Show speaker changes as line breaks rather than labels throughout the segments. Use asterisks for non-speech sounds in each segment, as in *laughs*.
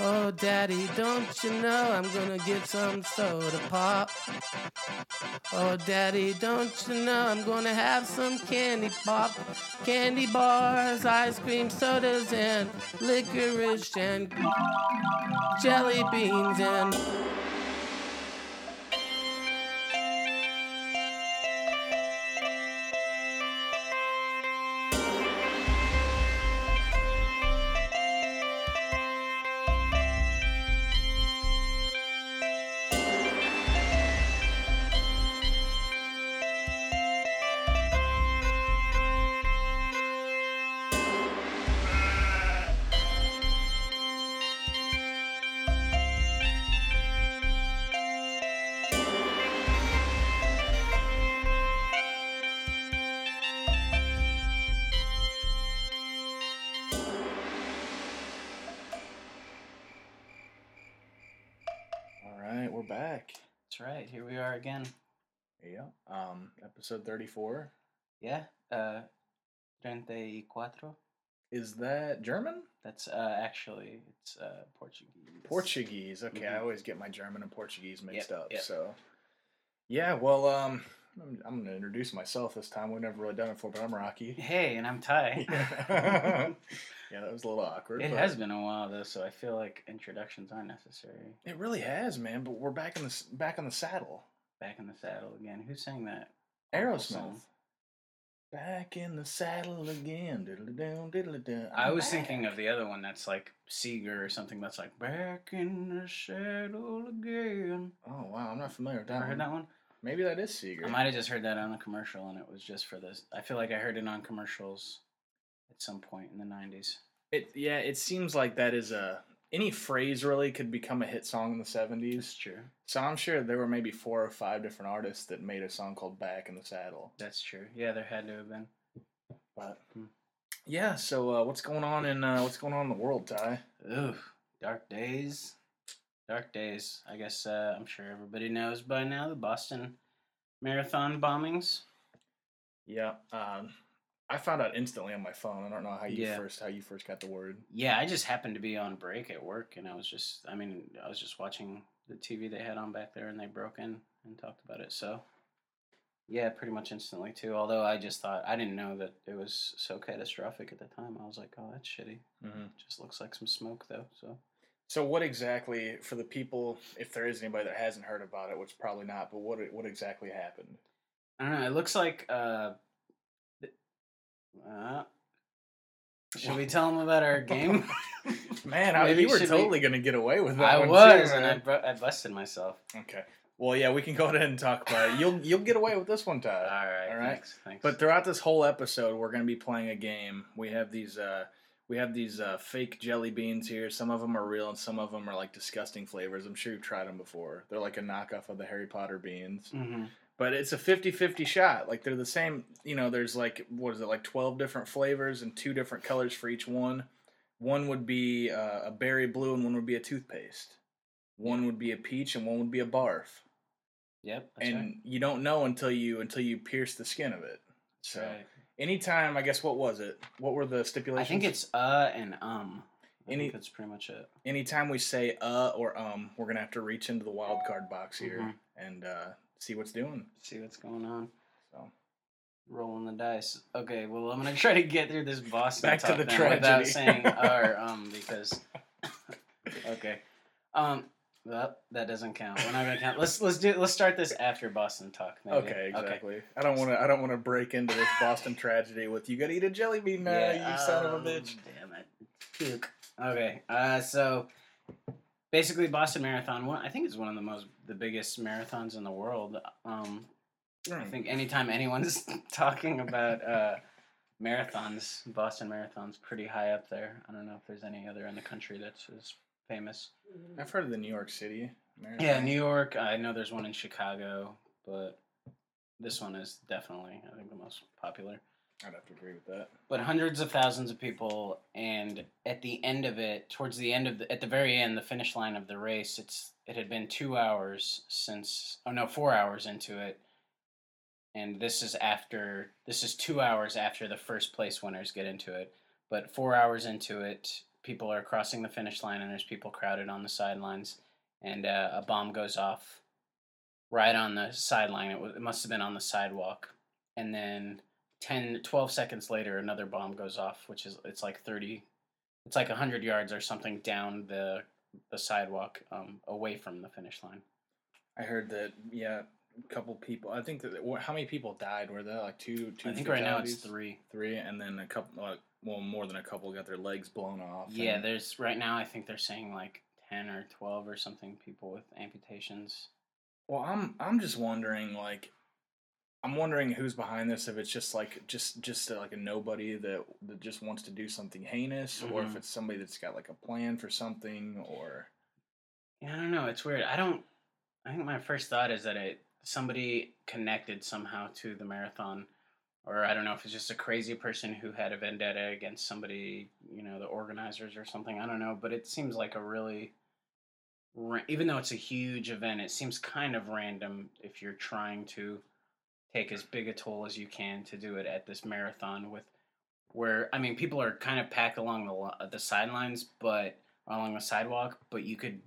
Oh, daddy, don't you know I'm gonna get some soda pop? Oh, daddy, don't you know I'm gonna have some candy pop? Candy bars, ice cream sodas, and licorice and jelly beans and.
All right, we're back.
That's right. Here we are again.
Yeah. Um, episode 34.
Yeah. Uh, 34.
Is that German?
That's uh, actually it's uh, Portuguese.
Portuguese. Okay, I
Mhm.
always get my German and Portuguese mixed up.
yep.
So, yeah, well, um, I'm, I'm going to introduce myself this time. We've never really done it before, but I'm
*laughs*
Rocky.
Hey, and I'm Ty.
*laughs*
*laughs*
yeah, that was a little awkward.
it
but-
has been a while though, so I feel like introductions aren't necessary.
It really has, man. But we're back in the s- back on the saddle.
Back in the saddle again. Who sang that? awful
Aerosmith.
song?
Back in the saddle again. Diddle-a-down, diddle-a-down.
I
I'm
was
back.
thinking of the other one that's like Seeger or something that's like back in the saddle again.
Oh wow, I'm not familiar with that.
Ever
one.
heard that one?
Maybe that is Seeger.
I might have just heard that on a commercial, and it was just for this. I feel like I heard it on commercials at some point in the '90s.
It yeah, it seems like that is a any phrase really could become a hit song in the
It's
'70s.
true.
So I'm sure there were maybe four or five different artists that made a song called "Back in the Saddle."
That's true. Yeah, there had to have been.
But
Hmm.
yeah, so uh, what's going on in uh, what's going on in the world, Ty?
Ooh, dark days. Dark days. I guess uh, I'm sure everybody knows by now the Boston Marathon bombings.
Yeah, um, I found out instantly on my phone. I don't know how you
Yeah.
first how you first got the word.
Yeah, I just happened to be on break at work, and I was just, I mean, I was just watching the TV they had on back there, and they broke in and talked about it. So, yeah, pretty much instantly, too. Although I just thought, I didn't know that it was so catastrophic at the time. I was like, oh, that's shitty. Just looks like some smoke, though. So,
So what exactly for the people, if there is anybody that hasn't heard about it, which probably not, but what what exactly happened?
I don't know. It looks like, uh, th- uh should we tell them
*laughs*
about our game?
Man, I,
Maybe
you
it
were
should be-
totally going to get away with that.
I
one
was,
too,
and I,
man.
bru- I busted myself.
Okay. Well, yeah, we can go ahead and talk about it. You'll you'll get away with this one,
All
Todd.
right,
all
all
right.
right. Thanks, thanks.
But throughout this whole episode, we're going to be playing a game. We have these uh, we have these uh, fake jelly beans here. Some of them are real, and some of them are like disgusting flavors. I'm sure you've tried them before. They're like a knockoff of the Harry Potter beans.
hmm
But it's a 50-50 shot. Like they're the same. You know, there's like what is it? Like 12 different flavors and two different colors for each one. One would be uh, a berry blue, and one would be a toothpaste. One would be a peach, and one would be a barf
Yep. That's
and
right.
you don't know until you until you pierce the skin of it.
That's
So
right.
anytime, I guess what was it? What were the
I
stipulations?
think it's uh and um. I
Any-
think that's pretty much it.
anytime we say uh or um, we're gonna have to reach into the wild card box here
Mhm.
and uh, see what's doing.
See what's going on.
So
Rolling the dice. Okay, well I'm gonna *laughs* try to get through this Boston
Back to
talk
the
then without
tragedy. *laughs*
saying or um because *laughs* okay um well, that doesn't count. We're not gonna count. Let's let's do let's start this after Boston talk. maybe.
okay, exactly. I don't want to. I don't want to break into this Boston tragedy with you. Got to eat a jelly bean now,
Yeah,
you son of
um,
a bitch.
Damn it. Puke. Okay. Uh, so basically, Boston Marathon. One, I think is one of the most the biggest marathons in the world. Um, I
Hmm,
think anytime anyone's *laughs* talking about uh, marathons, Boston Marathon's pretty high up there. I don't know if there's any other in the country that's as famous.
I've heard of the New York City. Marathon.
Yeah, New York. I know there's one in Chicago, but this one is definitely I think the most popular
I'd have to agree with that.
but hundreds of thousands of people and at the end of it towards the end of the, at the very end the finish line of the race it's it had been two hours since oh no four hours into it and this is after this is two hours after the first place winners get into it but four hours into it people are crossing the finish line and there's people crowded on the sidelines, and uh, a bomb goes off right on the sideline. It, was, it must have been on the sidewalk. And then 10, 12 seconds later, another bomb goes off, which is, it's like 30, it's like 100 yards or something down the, the sidewalk um, away from the finish line.
I heard that, yeah, a couple people, I think that, wh- how many people died? Were there like two, two?
I think right now it's
fatalities?
three.
Three, and then a couple, like, well, more than a couple got their legs blown off.
Yeah,
and-
there's right now. I think they're saying like ten or twelve or something people with amputations.
Well, I'm I'm just wondering like I'm wondering who's behind this if it's just like just just uh, like a nobody that that just wants to do something heinous or if
Mhm.
it's somebody that's got like a plan for something or
Yeah, I don't know. It's weird. I don't. I think my first thought is that it somebody connected somehow to the marathon, or I don't know if it's just a crazy person who had a vendetta against somebody, you know, the organizers or something. I don't know, but it seems like a really, ra- even though it's a huge event, it seems kind of random if you're trying to take as big a toll as you can to do it at this marathon with where I mean people are kind of packed along the lo- the sidelines, but along the sidewalk, but you could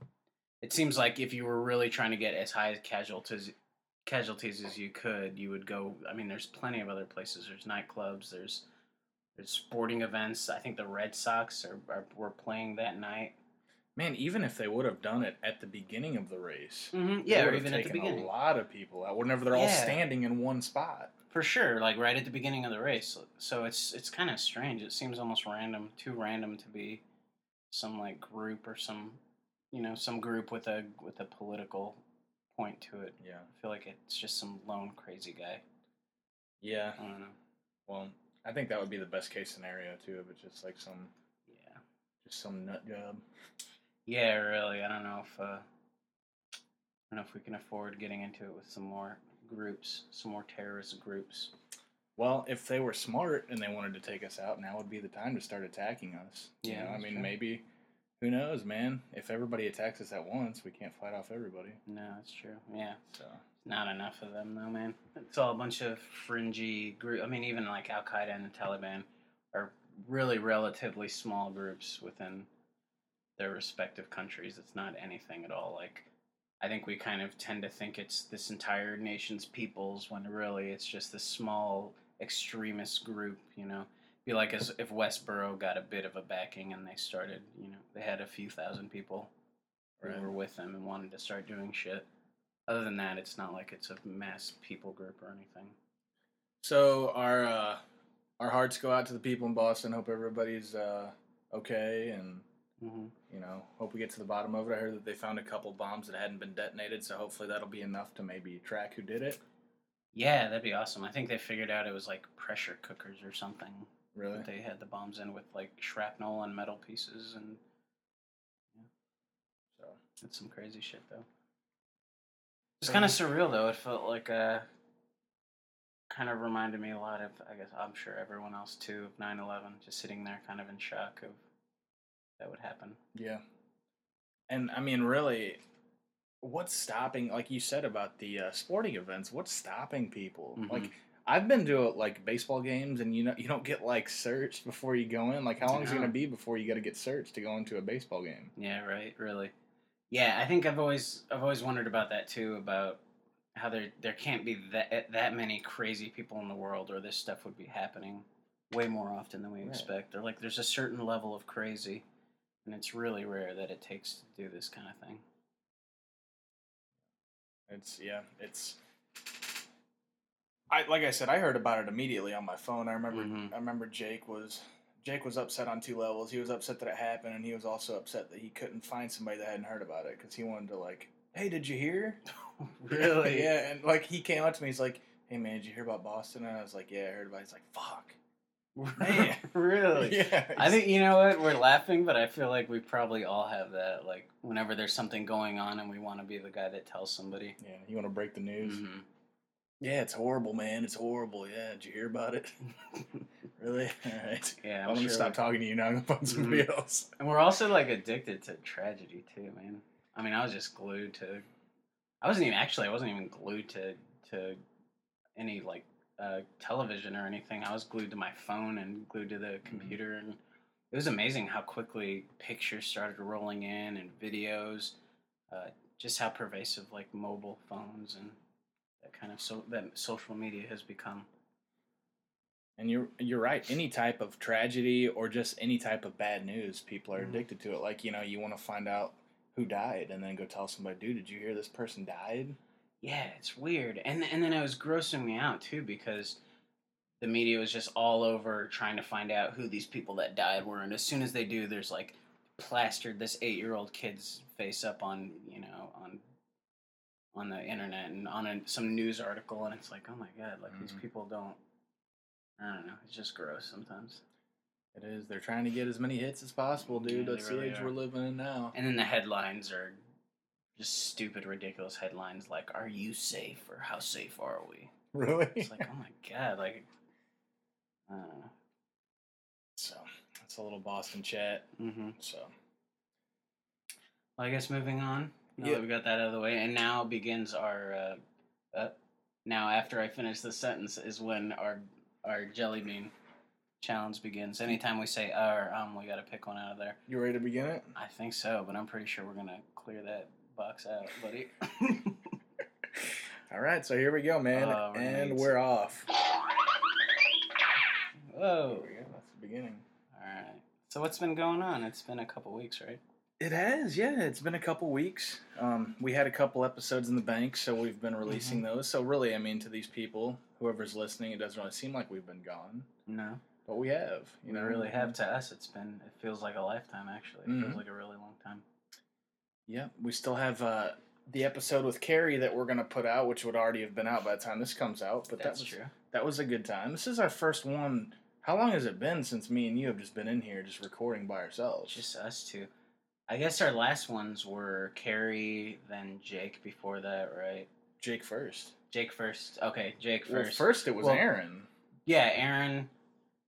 it seems like if you were really trying to get as high as casualties casualties as you could, you would go. I mean, there's plenty of other places. There's nightclubs. There's there's sporting events. I think the Red Sox are, are were playing that night.
man, even if they would have done it at the beginning of the race.
Mm-hmm.
it
Yeah, or
would have
even at the
taken
beginning.
a lot of people out whenever they're all
Yeah.
standing in one spot.
For sure, like right at the beginning of the race. So it's it's kind of strange. It seems almost random, too random to be some like group or some you know some group with a with a political point to it.
Yeah.
I feel like it's just some lone crazy guy.
Yeah.
I don't know.
Well, I think that would be the best case scenario too if it's just like some
Yeah.
just some nut job.
Yeah, really. I don't know if uh, I don't know if we can afford getting into it with some more groups, some more terrorist groups.
Well, if they were smart and they wanted to take us out, now would be the time to start attacking us. You
Yeah,
know, I
that's
mean,
true.
maybe, who knows, man? If everybody attacks us at once, we can't fight off everybody.
No, that's true. Yeah,
So,
not enough of them though, man. It's all a bunch of fringy group. I mean, even like Al Qaeda and the Taliban are really relatively small groups within their respective countries. It's not anything at all like. I think we kind of tend to think it's this entire nation's peoples when really it's just this small extremist group, you know. Be like as if Westboro got a bit of a backing and they started, you know, they had a few thousand people
Right.
who were with them and wanted to start doing shit. Other than that, it's not like it's a mass people group or anything.
so our uh, our hearts go out to the people in Boston. Hope everybody's uh, okay, and
Mm-hmm.
you know, hope we get to the bottom of it. I heard that they found a couple bombs that hadn't been detonated, so hopefully that'll be enough to maybe track who did it.
Yeah, that'd be awesome. I think they figured out it was like pressure cookers or something.
Really,
That they had the bombs in with like shrapnel and metal pieces and
so
That's some crazy shit, though. It's kind of surreal, though. It felt like a. Kind of reminded me a lot of, I guess, I'm sure everyone else too, of 9 11, just sitting there kind of in shock of that would happen.
Yeah. And I mean, really, what's stopping? Like you said about the uh, sporting events, what's stopping people?
Mhm.
Like I've been to like baseball games, and you know you don't get like searched before you go in. Like how long is it
No.
gonna be before you got to get searched to go into a baseball game?
Yeah, right. Really. Yeah, I think I've always I've always wondered about that too about how there there can't be that eh, that many crazy people in the world or this stuff would be happening way more often than we
Right.
expect. Or like there's a certain level of crazy and it's really rare that it takes to do this kind of thing.
It's yeah, it's. I like I said, I heard about it immediately on my phone. I remember,
*laughs* Mhm.
I remember Jake was Jake was upset on two levels. He was upset that it happened, and he was also upset that he couldn't find somebody that hadn't heard about it because he wanted to like, hey, did you hear?
*laughs*
*laughs* yeah, and like he came up to me, he's like, hey man, did you hear about Boston? And I was like, yeah, I heard about. it. He's like, fuck. *laughs* Man.
really?
yeah,
I think you know what we're laughing, but I feel like we probably all have that. Like whenever there's something going on, and we want to be the guy that tells somebody.
Yeah, you want to break the news?
Mm-hmm.
Yeah, it's horrible, man. It's horrible. Yeah, did you hear about it? *laughs* really? *laughs* All right.
Mm-hmm. *laughs* Yeah,
I'm,
I'm
gonna
sure
stop talking to you now. I'm gonna find somebody
Mm-hmm.
else.
And we're also like addicted to tragedy too, man. I mean, I was just glued to. I wasn't even actually. I wasn't even glued to to any like uh, television or anything. I was glued to my phone and glued to the computer and it was amazing how quickly pictures started rolling in and videos, uh, just how pervasive like mobile phones and that kind of so that social media has become.
And you're you're right. Any type of tragedy or just any type of bad news, people are
Mhm.
addicted to it. Like you know, you want to find out who died, and then go tell somebody, dude, did you hear this person died?
Yeah, it's weird. And and then it was grossing me out too because the media was just all over trying to find out who these people that died were and as soon as they do there's like plastered this 8-year-old kid's face up on, you know, on on the internet and on a, some news article and it's like, "Oh my god, like these
Mhm.
people don't I don't know. It's just gross sometimes.
It is. They're trying to get as many hits as possible,
Yeah,
dude.
they
That's the
really
age
are.
we're living in now.
And then the headlines are just stupid ridiculous headlines like, "Are you safe?" or "How safe are we?"
*laughs* Really?
It's like, oh my god, like, I don't know.
so that's a little Boston chat.
Mm-hmm.
So
Well, I guess moving on. Now
Yeah.
that we got that out of the way, and now begins our. Uh, uh, now, after I finish this sentence, is when our our jelly bean challenge begins. Anytime we say "our," um, we got to pick one out of there.
you ready to begin it?
I think so, but I'm pretty sure we're gonna clear that box out,
*laughs*
buddy.
All right. So here we go, man,
Uh, we're gonna
and
need
we're off.
Whoa!
There we go. That's the beginning.
All right. So what's been going on? It's been a couple weeks, right?
It has, yeah. It's been a couple weeks. Um, we had a couple episodes in the bank, so we've been releasing
Mm-hmm.
those. So really, I mean, to these people, whoever's listening, it doesn't really seem like we've been gone,
No.
but we have. You
We
know,
really have to us. It's been it feels like a lifetime actually. It
Mhm.
feels like a really long time.
Yeah, we still have uh, the episode with Carrie that we're gonna put out, which would already have been out by the time this comes out. But that was, That was a good time. This is our first one. How long has it been since me and you have just been in here just recording by ourselves?
Just us two. I guess our last ones were Carrie, then Jake before that, right?
Jake first.
Jake first. Okay, Jake
Well,
first.
first it was
Well-
Aaron.
Yeah, Aaron,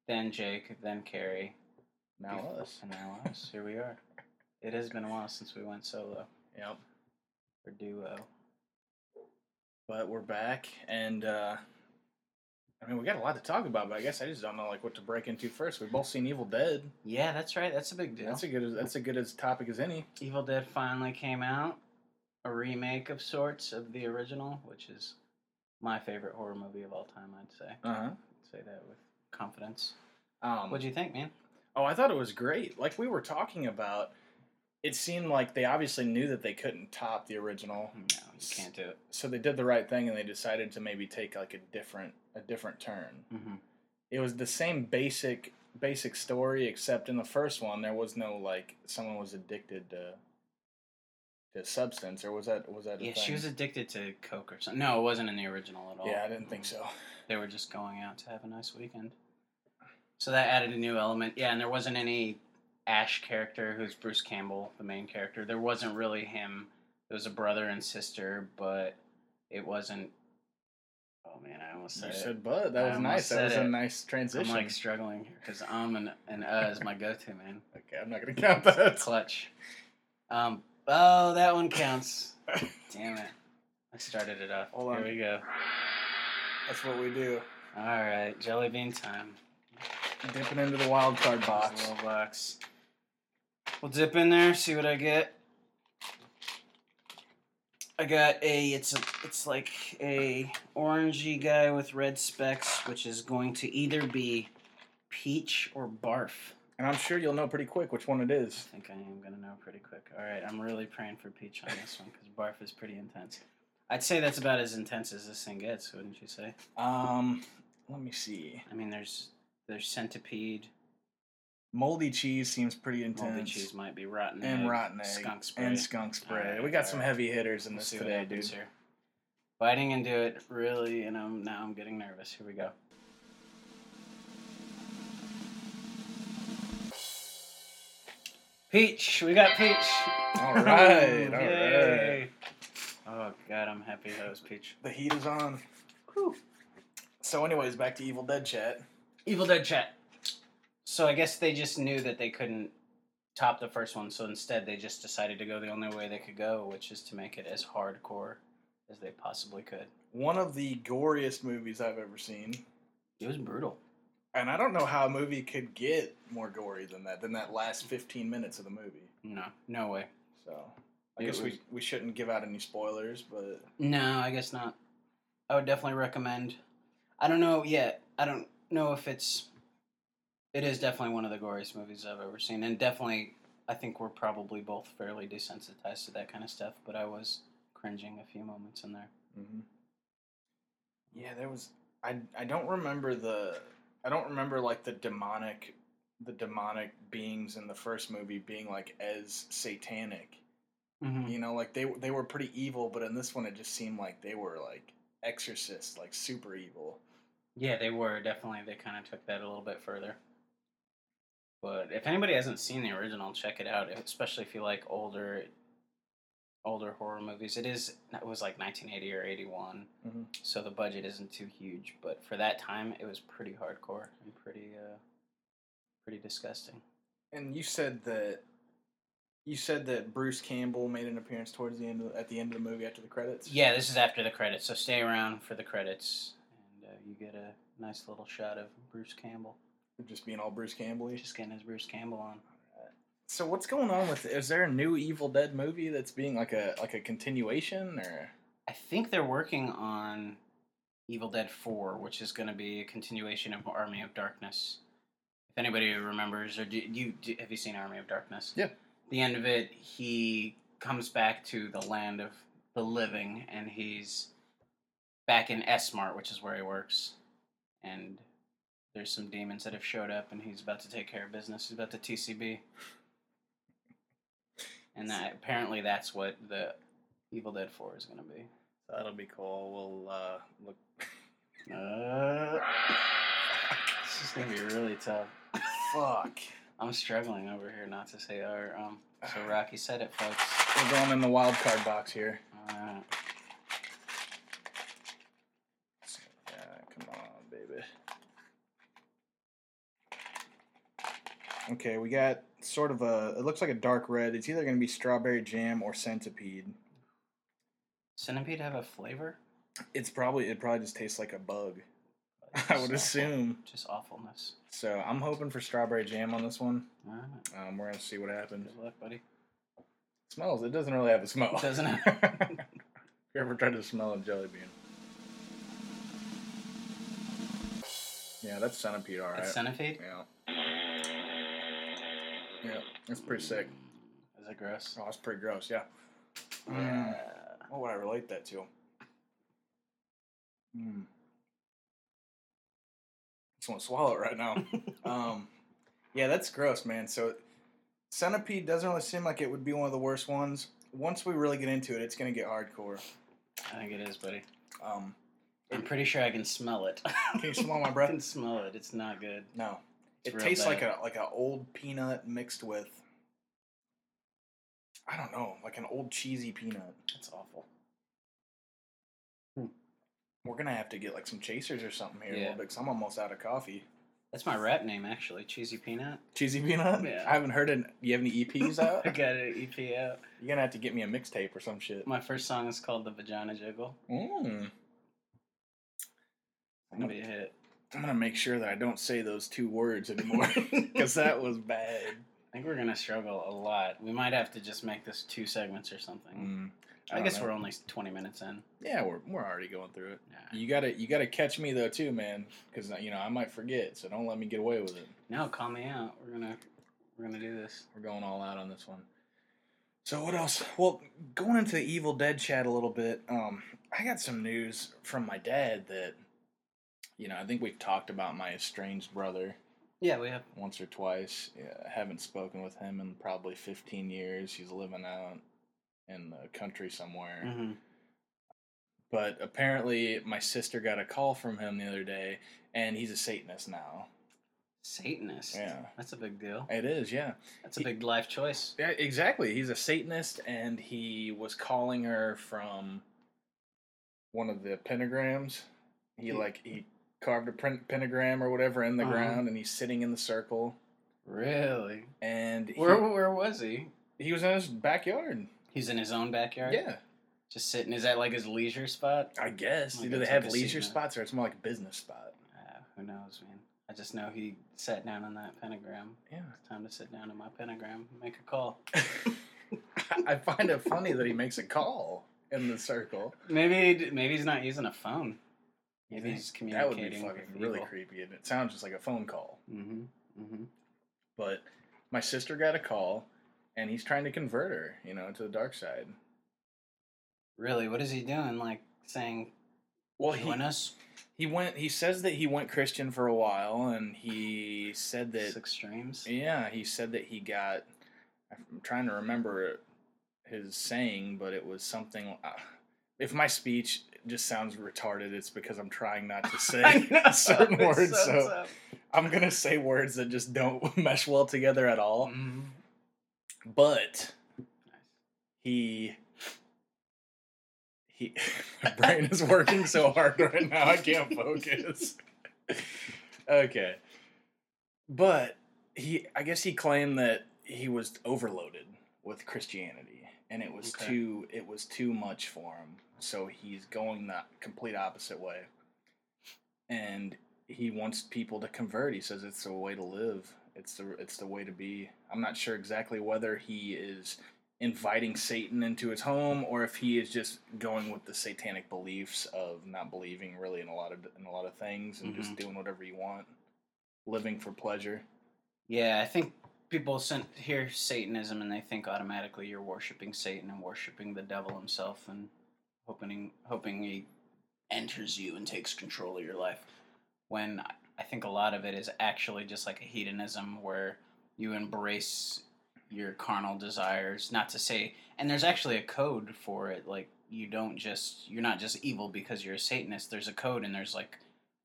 then Jake, then Carrie.
Now
bef-
us.
And now us. Here we are. It has been a while since we went solo
Yep.
or duo.
but we're back and uh i mean we got a lot to talk about but i guess i just don't know like what to break into first we've both seen evil dead
Yeah, that's right. That's a big deal.
that's a good that's a good as topic as any
Evil Dead finally came out, a remake of sorts of the original, which is my favorite horror movie of all time. I'd say.
uh-huh
I'd say that with confidence.
um
What'd you think, man?
oh i thought it was great like we were talking about it seemed like they obviously knew that they couldn't top the original
No, you can't do it.
so they did the right thing and they decided to maybe take like a different a different turn
Mm-hmm.
it was the same basic basic story except in the first one there was no like someone was addicted to to substance or was that was that a
Yeah,
thing?
she was addicted to coke or something. No, it wasn't in the original at all.
Yeah, I didn't think so.
They were just going out to have a nice weekend. So that added a new element. Yeah, and there wasn't any Ash character, who's Bruce Campbell, the main character. There wasn't really him. There was a brother and sister, but it wasn't. Oh man, I almost said
You
it.
said Bud.
I
That was
almost
nice. That
said
was a
it.
nice
I'm
transition.
like struggling here because um and and uh is my
*laughs*
go-to man.
okay, I'm not gonna count that.
Clutch. Um. Oh, that
*laughs*
one counts. Damn it! I started it off.
Hold
here
on.
we go.
That's what we do.
All right, jelly bean time.
Dipping into the wild card
Box.
box.
Little box. We'll dip in there, see what I get. I got a. It's a. It's like a orangey guy with red specks, which is going to either be peach or barf.
And I'm sure you'll know pretty quick which one it is.
I think I am gonna know pretty quick. All right, I'm really praying for peach on this one because barf is pretty intense. I'd say that's about as intense as this thing gets, wouldn't you say?
Um, let me see.
I mean, there's there's centipede,
Moldy cheese seems pretty intense.
moldy cheese might be rotten
and
egg,
rotten egg
skunk spray.
and skunk spray.
Alright,
we got
alright.
some heavy hitters in
We'll
this
see what
today, dude.
happens here. Biting into it really, and I'm now I'm getting nervous. Here we go. Peach, we got peach.
All right, all right.
Yay. Oh god, I'm happy that was Peach.
The heat is on. So, anyways, back to Evil Dead chat.
Evil Dead chat. So I guess they just knew that they couldn't top the first one, so instead they just decided to go the only way they could go, which is to make it as hardcore as they possibly could.
One of the goriest movies I've ever seen.
It was brutal.
And I don't know how a movie could get more gory than that, than that last 15 minutes of the movie.
No, no way.
So I
It
guess
was-
we, we shouldn't give out any spoilers, but
No, I guess not. I would definitely recommend. I don't know yet. I don't know if it's. It is definitely one of the goriest movies I've ever seen, and definitely, I think we're probably both fairly desensitized to that kind of stuff. But I was cringing a few moments in there.
yeah, there was. I I don't remember the. I don't remember like the demonic, the demonic beings in the first movie being like as satanic.
Mm-hmm.
You know, like they they were pretty evil, but in this one it just seemed like they were like exorcists, like super evil.
Yeah, they were definitely. They kind of took that a little bit further. But if anybody hasn't seen the original, check it out. if- Especially if you like older, older horror movies. It is. It was like 1980 or 81,
Mhm.
so the budget isn't too huge. But for that time, it was pretty hardcore and pretty, uh, pretty disgusting.
And you said that. You said that Bruce Campbell made an appearance towards the end of, at the end of the movie after the credits.
Yeah, this is after the credits, so stay around for the credits, and uh, you get a nice little shot of Bruce Campbell.
just being all Bruce Campbell.
Just getting his Bruce Campbell on.
So what's going on with? Is there a new Evil Dead movie that's being like a like a continuation or?
I think they're working on Evil Dead 4, which is going to be a continuation of Army of Darkness. If anybody remembers, or do you do, have you seen Army of Darkness?
Yeah.
The end of it, he comes back to the land of the living, and he's back in Esmart, which is where he works. And there's some demons that have showed up, and he's about to take care of business. He's about to TCB. And that, apparently, that's what the Evil Dead 4 is going to be.
That'll be cool. We'll uh, look.
Uh, this is gonna be really tough.
Fuck.
I'm struggling over here not to say our. Um, so Rocky said it, folks.
We're going in the wild card box here.
Uh,
Yeah, come on, baby. Okay, we got sort of a. It looks like a dark red. It's either going to be strawberry jam or centipede.
centipede have a flavor?
It's probably it probably just tastes like a bug. *laughs* I would
Just awful-
assume.
Just awfulness.
So I'm hoping for strawberry jam on this one.
All right,
Um, we're gonna see what happens.
good luck, buddy.
smells. It doesn't really have a smell. *laughs*
Doesn't it?
if you ever tried to smell a jelly bean? Yeah, that's centipede, all right.
It's centipede.
yeah. Yeah, that's pretty sick.
Is it gross?
Oh, that's pretty gross. Yeah. Mm.
Yeah.
What would I relate that to? Mm. Just want to swallow it right now. um, yeah, that's gross, man. So, centipede doesn't really seem like it would be one of the worst ones. Once we really get into it, it's gonna get hardcore.
I think it is, buddy.
Um,
I'm pretty sure I can smell it. *laughs*
can you smell my
I
breath?
can smell it. It's not good.
No,
It's
it
real
tastes like
bad.
a like an old peanut mixed with. I don't know, like an old cheesy peanut.
It's awful.
We're gonna have to get like some chasers or something here, a
Yeah.
little bit, 'cause I'm almost out of coffee.
That's my rap name, actually. Cheesy Peanut.
Cheesy peanut.
Yeah.
I haven't heard it. You have any EPs
*laughs*
out?
I got an EP out.
You're gonna have to get me a mixtape or some shit.
My first song is called The Vagina Jiggle.
Mm.
It's gonna be a hit.
I'm gonna make sure that I don't say those two words
*laughs*
anymore because that was bad.
I think we're gonna struggle a lot. We might have to just make this two segments or something.
Mm.
I,
don't
guess
know.
we're only twenty minutes in.
yeah we're we're already going through it.
Nah.
You gotta you gotta catch me though too, man, because you know I might forget. So don't let me get away with it.
No, call me out. We're gonna we're gonna do this.
We're going all out on this one. So what else? Well, going into the Evil Dead chat a little bit, um, I got some news from my dad that, you know, I think we've talked about my estranged brother
Yeah, we have.
once or twice. Yeah, I haven't spoken with him in probably 15 years. He's living out in the country somewhere.
hmm
But apparently, my sister got a call from him the other day, and he's a Satanist now.
Satanist.
Yeah.
that's a big deal.
It is, yeah.
That's a big life choice.
Yeah, exactly. He's a Satanist, and he was calling her from one of the pentagrams. He
Hmm.
like he carved a pen- pentagram or whatever in the
Uh-huh.
ground, and he's sitting in the circle.
Really?
And he,
Where where was he?
he was in his backyard.
He's in his own backyard.
Yeah,
Just sitting. Is that like his leisure spot?
I guess.
Oh my
Do
God,
they
it's
have
like a
leisure
Satanist.
spots, or it's more like a business spot?
Uh, Ah, who knows, man. I I just know he sat down on that pentagram.
Yeah.
*laughs* It's time to sit down on my pentagram and make a call.
I find it funny that he makes a call in the circle.
Maybe maybe he's not using a phone.
You
Maybe
think?
he's
That would
communicating.
be
with
fucking really
people.
creepy, and it sounds just like a phone call.
Mhm, mhm.
But my sister got a call, and he's trying to convert her, you know, to the dark side.
Really, what is he doing? Like saying,
Well,
"Join us."
he went. He says that he went Christian for a while, and he said that
Six streams. *laughs*
yeah, he said that he got. I'm trying to remember his saying, but it was something. Uh, if my speech just sounds retarded, it's because I'm trying not to say certain
It
words.
sounds
So
up.
I'm gonna say words that just don't *laughs* mesh well together at all.
Mhm.
But he he *laughs* my brain is working so hard right now i can't focus *laughs* okay but he i guess he claimed that he was overloaded with christianity and it was
Okay.
too it was too much for him so he's going the complete opposite way and he wants people to convert he says it's the way to live it's the it's the way to be i'm not sure exactly whether he is inviting Satan into his home, or if he is just going with the satanic beliefs of not believing really in a lot of in a lot of things and just
Mhm.
doing whatever you want, living for pleasure.
Yeah, I think people sen- hear Satanism and they think automatically you're worshiping Satan and worshiping the devil himself and hoping hoping he enters you and takes control of your life. When I- I think a lot of it is actually just like a hedonism where you embrace your carnal desires, not to say, and there's actually a code for it. Like you don't just you're not just evil because you're a Satanist. There's a code and there's like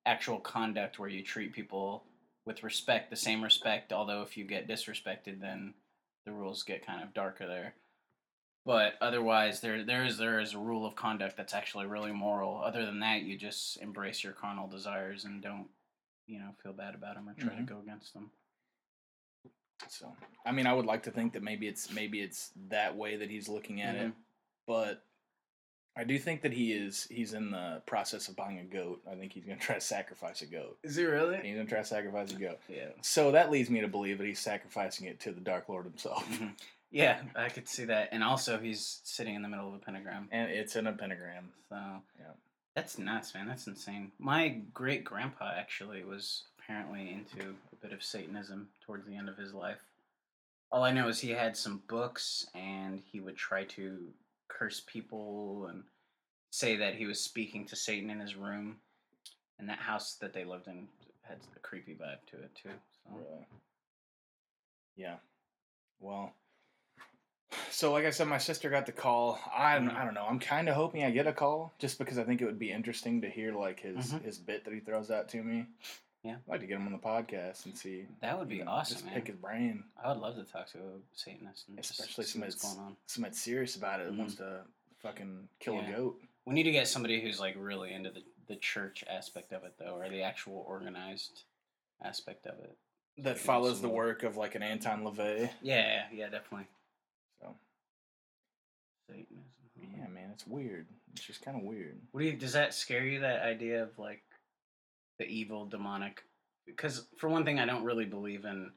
actual conduct where you treat people with respect, the same respect. Although if you get disrespected, then the rules get kind of darker there. But otherwise, there there is there is a rule of conduct that's actually really moral. Other than that, you just embrace your carnal desires and don't, you know, feel bad about them or try
Mhm.
to go against them.
So, I mean, I would like to think that maybe it's maybe it's that way that he's looking at it, but I do think that he is he's in the process of buying a goat. I think he's going to try to sacrifice a goat.
Is he really?
He's going to try to sacrifice a goat.
Yeah.
So that leads me to believe that he's sacrificing it to the Dark Lord himself. *laughs*
Mhm. Yeah, I could see that. And also, he's sitting in the middle of a pentagram.
And it's in a pentagram.
So
Yeah.
that's nuts, man. That's insane. My great grandpa actually was apparently into a bit of Satanism towards the end of his life. All I know is he had some books and he would try to curse people and say that he was speaking to Satan in his room. And that house that they lived in had a creepy vibe to it, too. So.
Really? Yeah. Well. So, like I said, my sister got the call. I don't, I don't know. I'm kind of hoping I get a call, just because I think it would be interesting to hear like his
Mhm.
his bit that he throws out to me.
Yeah.
I'd like to get him on the podcast and see.
That would be
you know,
awesome,
Just
man.
pick his brain.
I would love to talk to a Satanist, and just
Especially
see what's
some
going on.
Somebody serious about it that
Mhm.
wants to fucking kill
Yeah.
a goat.
We need to get somebody who's like really into the the church aspect of it, though, or the actual organized aspect of it.
That
Fucking
follows the
awesome.
work of like an Anton LaVey.
Yeah, yeah, yeah, definitely.
So
Satanism. huh?
yeah, man, it's weird. It's just kind of weird.
What do you? Does that scare you? That idea of like the evil, demonic? Because for one thing, I don't really believe in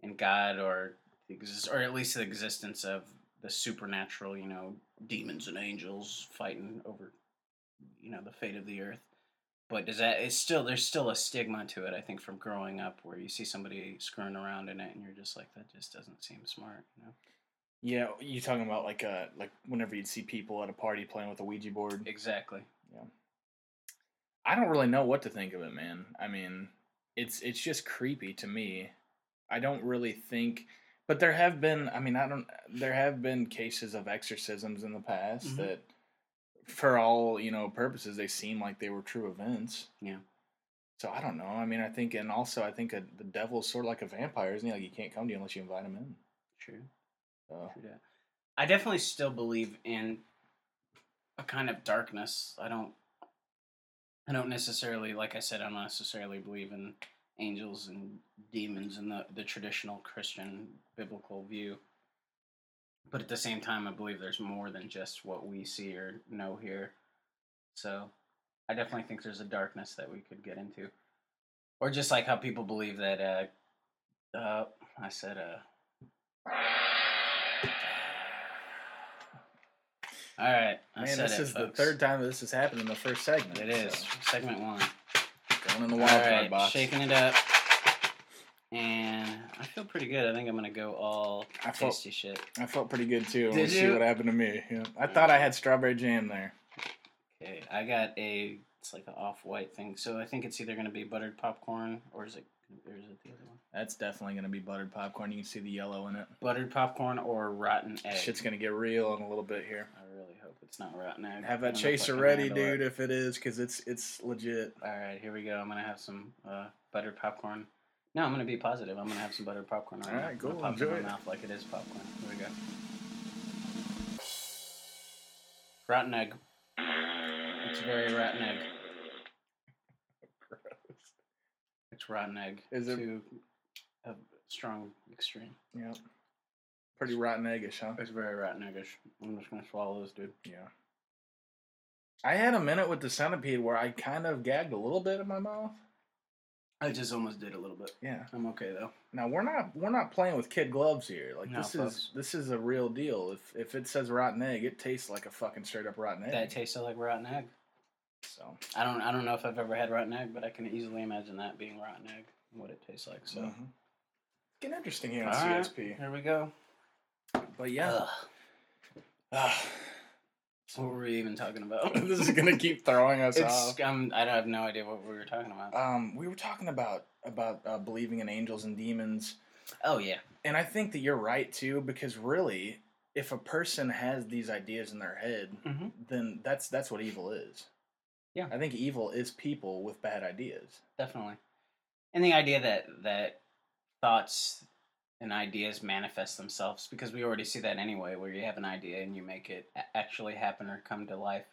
in God or the exist, or at least the existence of the supernatural. You know, demons and angels fighting over you know the fate of the earth. But does that? It's still there's still a stigma to it. I think from growing up, where you see somebody screwing around in it, and you're just like, that just doesn't seem smart. You know.
Yeah, you talking about like uh like whenever you'd see people at a party playing with a Ouija board.
Exactly.
I don't really know what to think of it, man. I mean, it's it's just creepy to me. I don't really think but there have been I mean, I don't there have been cases of exorcisms in the past
Mhm.
that for all, you know, purposes they seem like they were true events.
Yeah.
So I don't know. I mean, I think and also I think a, the devil's sort of like a vampire, isn't he? Like he can't come to you unless you invite him in.
True.
So
True dat. I definitely still believe in a kind of darkness. I don't I don't necessarily like I said, I don't necessarily believe in angels and demons in the, the traditional Christian biblical view. But at the same time I believe there's more than just what we see or know here. So I definitely think there's a darkness that we could get into. Or just like how people believe that, uh, uh, I said, uh. All right, I
Man,
said
this
it,
is the
folks.
third time that this has happened in the first segment.
It is segment one.
so, going in the
All
wild
right,
card box.
shaking it up, and I feel pretty good. I think I'm gonna go all
I felt-
tasty shit.
I felt pretty good too.
Did
We'll see
you?
what happened to me. Yeah. I thought I had strawberry jam there.
Okay, I got a. It's like an off-white thing, so I think it's either gonna be buttered popcorn or is it? Or is it the other one?
That's definitely gonna be buttered popcorn. You can see the yellow in it.
Buttered popcorn or rotten egg.
Shit's gonna get real in a little bit here.
I really hope it's not rotten egg.
Have
I
that
don't know if I
chaser
can
ready,
handle it.
dude, if it is, because it's it's legit.
All right, here we go. I'm gonna have some uh, buttered popcorn. No, I'm gonna be positive. I'm gonna have some buttered popcorn.
All
now.
right,
I'm
cool.
gonna Pop it in
Enjoy
my
it.
mouth like it is popcorn. Here we go. Rotten egg. It's very rotten egg. It's rotten egg.
Is it-
to a strong extreme?
Yep. Pretty rotten eggish, huh?
It's very rotten eggish. I'm just gonna swallow this, dude.
Yeah. I had a minute with the centipede where I kind of gagged a little bit in my mouth.
I just almost did a little bit.
Yeah.
I'm okay though.
Now we're not we're not playing with kid gloves here. Like
No,
this
folks.
is this is a real deal. If if it says rotten egg, it tastes like a fucking straight up rotten egg.
That tasted like rotten egg.
so
I don't I don't know if I've ever had rotten egg, but I can easily imagine that being rotten egg, what it tastes like. So
so getting interesting here
All
on
right,
CSP.
here we go.
But yeah,
Ugh,
Ah,
what were we even talking *laughs*
*sighs*
about?
this is gonna keep throwing us off.
it's um, I don't have no idea what we were talking about.
Um, we were talking about about uh, believing in angels and demons
Oh yeah,
and I think that you're right too, because really, if a person has these ideas in their head,
Mhm.
then that's that's what evil is.
Yeah.
I think evil is people with bad ideas.
definitely. And the idea that that thoughts and ideas manifest themselves because we already see that anyway, where you have an idea and you make it a- actually happen or come to life.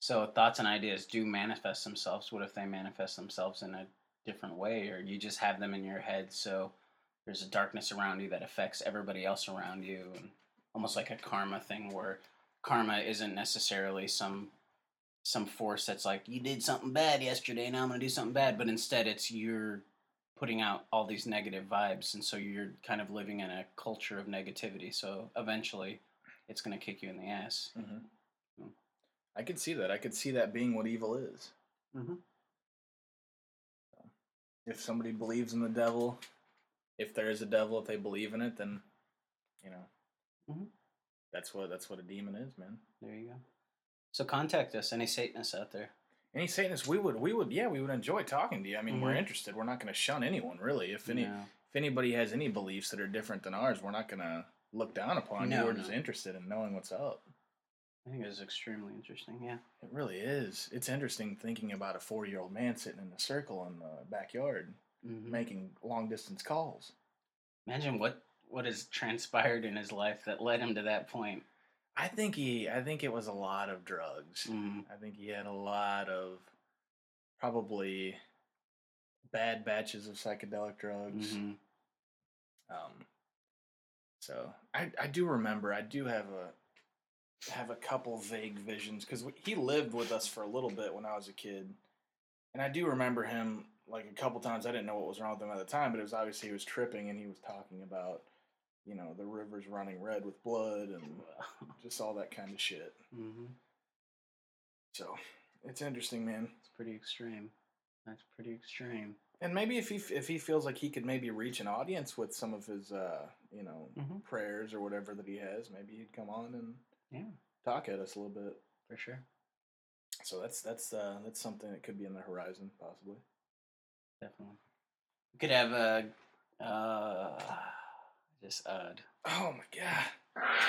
So thoughts and ideas do manifest themselves. What if they manifest themselves in a different way, or you just have them in your head? So there's a darkness around you that affects everybody else around you, and almost like a karma thing where karma isn't necessarily some some force that's like you did something bad yesterday, now I'm gonna do something bad, but instead it's you're putting out all these negative vibes, and so you're kind of living in a culture of negativity. So eventually, it's gonna kick you in the ass. Mm.
Mm-hmm. I could see that. I could see that being what evil is.
Mhm.
If somebody believes in the devil, if there is a devil, if they believe in it, then you know
Mhm.
that's what that's what a demon is, man.
There you go. So contact us, any Satanists out there.
Any Satanist, we would, we would, yeah, we would enjoy talking to you. I mean, we're
Mhm.
interested. We're not going to shun anyone, really. If any,
No.
if anybody has any beliefs that are different than ours, we're not going to look down upon
No,
you. We're
no.
just interested in knowing what's up.
I think it was extremely interesting. Yeah.
It really is. It's interesting thinking about a four year old man sitting in a circle in the backyard
Mhm.
making long distance calls.
Imagine what what has transpired in his life that led him to that point.
I think he, I think it was a lot of drugs.
Mm.
I think he had a lot of probably bad batches of psychedelic drugs.
Mhm.
Um, so I, I do remember I do have a have a couple vague visions because he lived with us for a little bit when I was a kid, and I do remember him like a couple times. I didn't know what was wrong with him at the time, but it was obviously he was tripping and he was talking about you know the rivers running red with blood and just all that kind of shit.
Mhm.
So it's interesting, man.
It's pretty extreme. That's pretty extreme.
And maybe if he f- if he feels like he could maybe reach an audience with some of his uh, you know
Mhm.
prayers or whatever that he has, maybe he'd come on and
Yeah.
talk at us a little bit.
For sure.
So that's that's uh, that's something that could be in the horizon possibly.
Definitely. We could have a uh just odd.
Oh my god!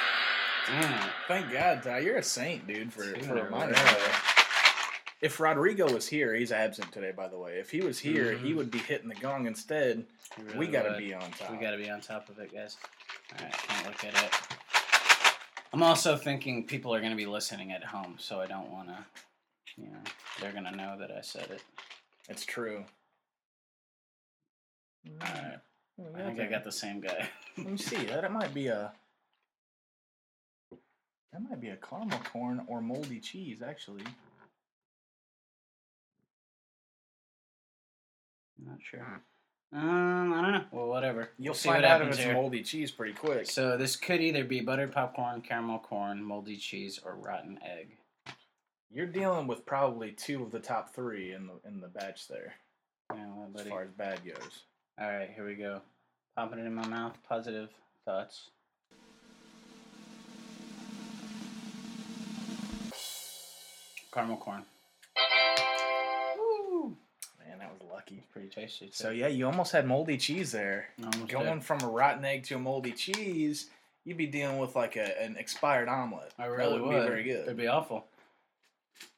Damn it.
Thank God, Ty, you're a saint, dude, for,
Two
for
in a
reminding me.
row.
of that. If Rodrigo was here, he's absent today, by the way. If he was here, he
Mhm.
would be hitting the gong instead.
You
Mm-hmm. we
really
gotta
would.
be on top.
We gotta be on top of it, guys. Alright, can't look at it. I'm also thinking people are gonna be listening at home, so I don't wanna you know, they're gonna know that I said it.
It's true. Mm.
Alright. I think I got the same guy. *laughs*
Let me see. That it might be a. That might be a caramel corn or moldy cheese, actually.
I'm not sure. Um, I don't know. Well, whatever.
Hmm. You'll
We'll
see find out if it's moldy cheese pretty quick.
So this could either be buttered popcorn, caramel corn, moldy cheese, or rotten egg.
You're dealing with probably two of the top three in the in the batch there,
Yeah, well,
as
buddy.
far as bad goes.
All right, here we go. Popping it in my mouth. Positive thoughts. Caramel corn. Woo!
Man, that was lucky.
It's pretty tasty. Too.
So yeah, you almost had moldy cheese there.
Almost
Going
there.
from a rotten egg to a moldy cheese, you'd be dealing with like a, an expired omelet.
I really
that
would.
would be very
It'd
good.
be awful.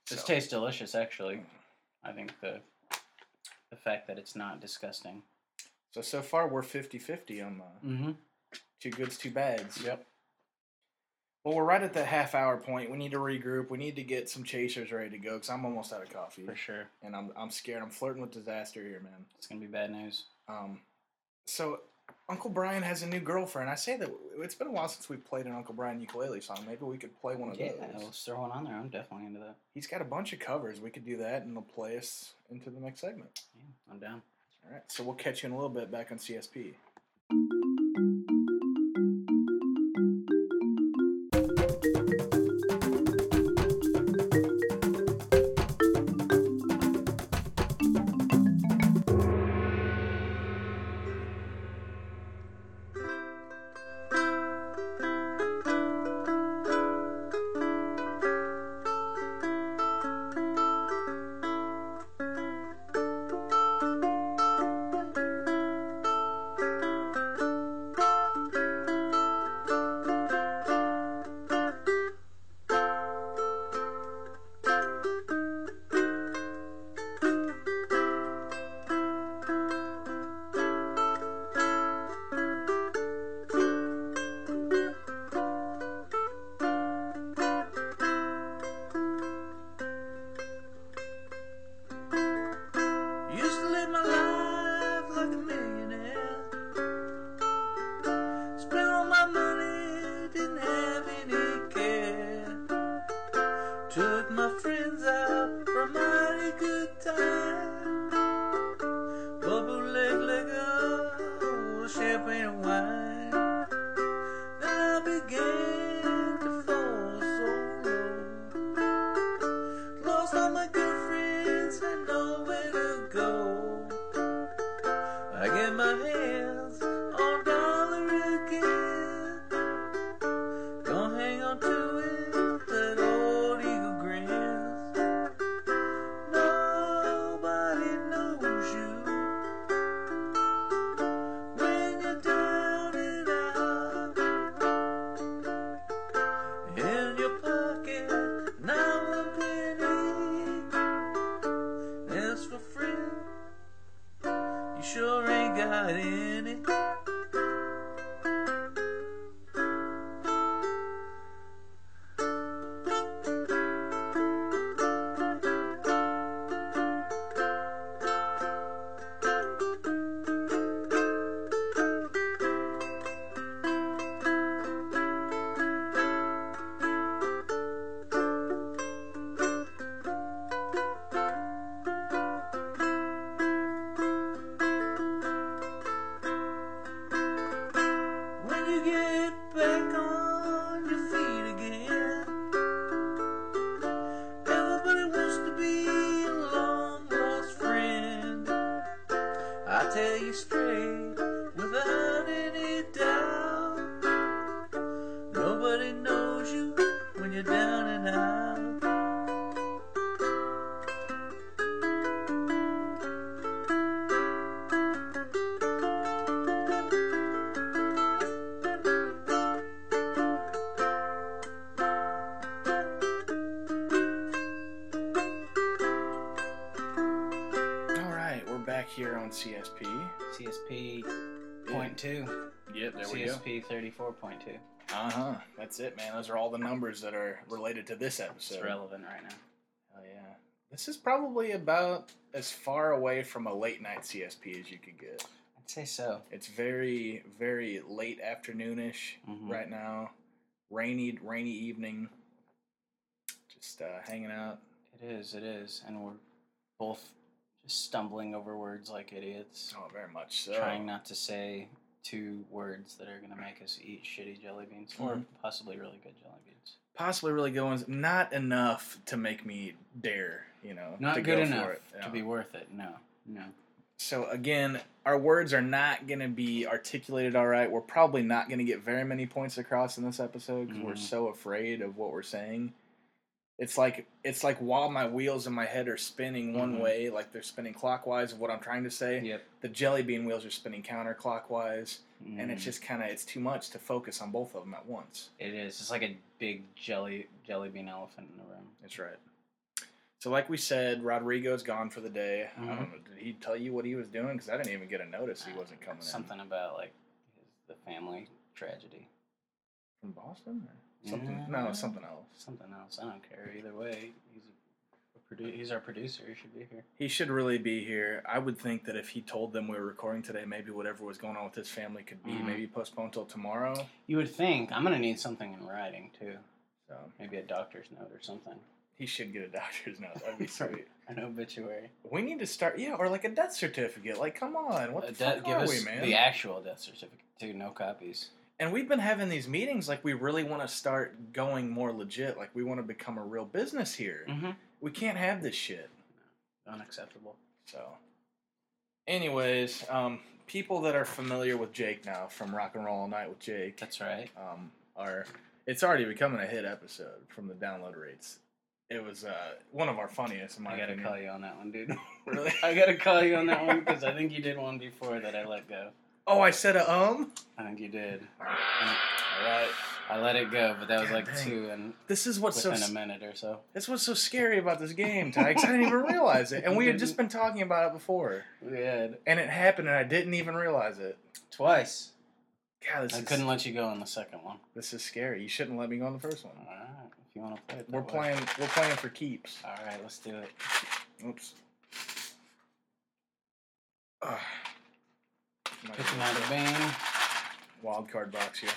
This
So,
tastes delicious, actually. I think the the fact that it's not disgusting.
so so far we're 50-50 on the
Mm-hmm.
two goods, two bads.
Yep.
Well, we're right at that half hour point. We need to regroup. We need to get some chasers ready to go because I'm almost out of coffee
For sure.
and I'm I'm scared. I'm flirting with disaster here, man.
It's gonna be bad news.
Um, so Uncle Brian has a new girlfriend. I say that it's been a while since we played an Uncle Brian ukulele song. Maybe we could play one of
Yeah,
those.
let's throw one on there. I'm definitely into that.
He's got a bunch of covers. We could do that, and it'll play us into the next segment.
Yeah, I'm down.
All right. So we'll catch you in a little bit back on CSP.
Used to live my life like a millionaire. Spent all my money, didn't have any care. Took my friends out for a mighty good time. Bubbleleg liquor, champagne and wine. Then I began to fall so low. Lost all my good friends and nowhere to go. I get my hands on dollar again. Gonna hang on to it, that old eagle grins. Nobody knows you when you're down and out. In your pocket, now a penny. As for friend, you sure ain't got any. When you get back on your feet again, everybody wants to be a long lost friend. I tell you straight, without any doubt, nobody knows you when you're down and out.
All right, we're back here on CSP.
CSP point two.
Yep, there we go.
CSP thirty four point two.
Uh huh. That's it, man. Those are all the numbers that are related to this
It's
episode.
relevant right now.
Oh yeah. This is probably about as far away from a late night CSP as you could get.
I'd say so.
It's very, very late afternoonish
Mhm.
right now. Rainy, rainy evening. Just uh, hanging out.
It is. It is, and we're both just stumbling over words like idiots,
Oh, very much so.
trying not to say two words that are gonna make us eat shitty jelly beans
Mm-hmm.
or possibly really good jelly beans.
Possibly really good ones. Not enough to make me dare, you know.
Not
to
good
go
enough
for it. Yeah.
to be worth it. No, no.
So again, our words are not going to be articulated all right. We're probably not going to get very many points across in this episode because we're
Mhm.
so afraid of what we're saying. It's like it's like while my wheels in my head are spinning one
Mhm.
way, like they're spinning clockwise of what I'm trying to say.
Yep.
The jelly bean wheels are spinning counterclockwise, and
Mm.
it's just kind of it's too much to focus on both of them at once.
It is. It's like a big jelly jelly bean elephant in the room.
That's right. So, like we said, Rodrigo's gone for the day. I
Mhm.
don't know. Did he tell you what he was doing? Because I didn't even get a notice
Uh,
he wasn't coming. in.
Something about like his, the family tragedy.
From Boston? Or something? No,
Yeah.
something else.
Something else. I don't care either way. He's a, a produ- He's our producer. He should be here.
He should really be here. I would think that if he told them we were recording today, maybe whatever was going on with his family could be
Mhm.
maybe postponed till tomorrow.
You would think I'm gonna need something in writing too.
So
Maybe a doctor's note or something.
he should get a *laughs* doctor's note. That'd
*laughs*
be sweet.
An obituary.
We need to start, yeah, or like a death certificate. Like, come on, what
A
the
de-
fuck
give
are
us
we, man?
the actual death certificate too. No copies.
and we've been having these meetings like we really want to start going more legit. Like we want to become a real business here.
Mm-hmm.
We can't have this shit.
Unacceptable.
So, anyways, um, people that are familiar with Jake now from Rock and Roll All Night with Jake,
That's right.
um, are it's already becoming a hit episode from the download rates. It was uh, one of our funniest. In my
I gotta
opinion.
call you on that
*laughs*
one, dude. *laughs*
Really?
I gotta call you on that one because I think you did one before that I let go.
Oh, I said a um.
I think you did.
All right.
I let it go, but that was like
God dang.
two and
This is what's
within
so
a minute or so.
this what's so scary about this game, Ty. 'cause I didn't even realize
*laughs*
it, and we had just been talking about it before,
We had
and it happened, and I didn't even realize it.
twice.
God, this
I
is
couldn't let you go on the second one.
this is scary. You shouldn't let me go on the first one.
All right, if you want to play it. that
We're
way.
playing. We're playing for keeps.
All right, let's do it. *sighs*
Oops. Ugh. My
Picking out a bean.
wild card box here.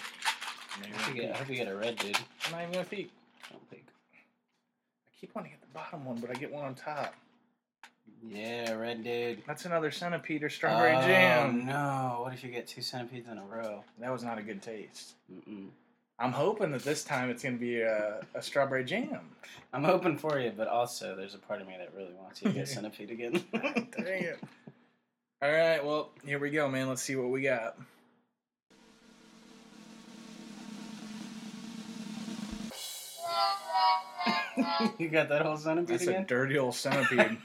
I'm
I
not
hope,
even
you get, I
gonna peek.
hope you get a red, dude.
I'm not even gonna peek.
Don't think.
I keep wanting to get the bottom one, but I get one on top.
Yeah, red, dude.
That's another centipede or strawberry
oh,
jam.
No, what if you get two centipedes in a row?
That was not a good taste.
Mm-mm.
I'm hoping that this time it's gonna be a, a strawberry jam. *laughs*
I'm hoping for you, but also there's a part of me that really wants you to *laughs* get centipede again.
Dang it. All right, well, here we go, man. Let's see what we got.
you got that whole centipede
That's a
again?
dirty old
*laughs*
centipede.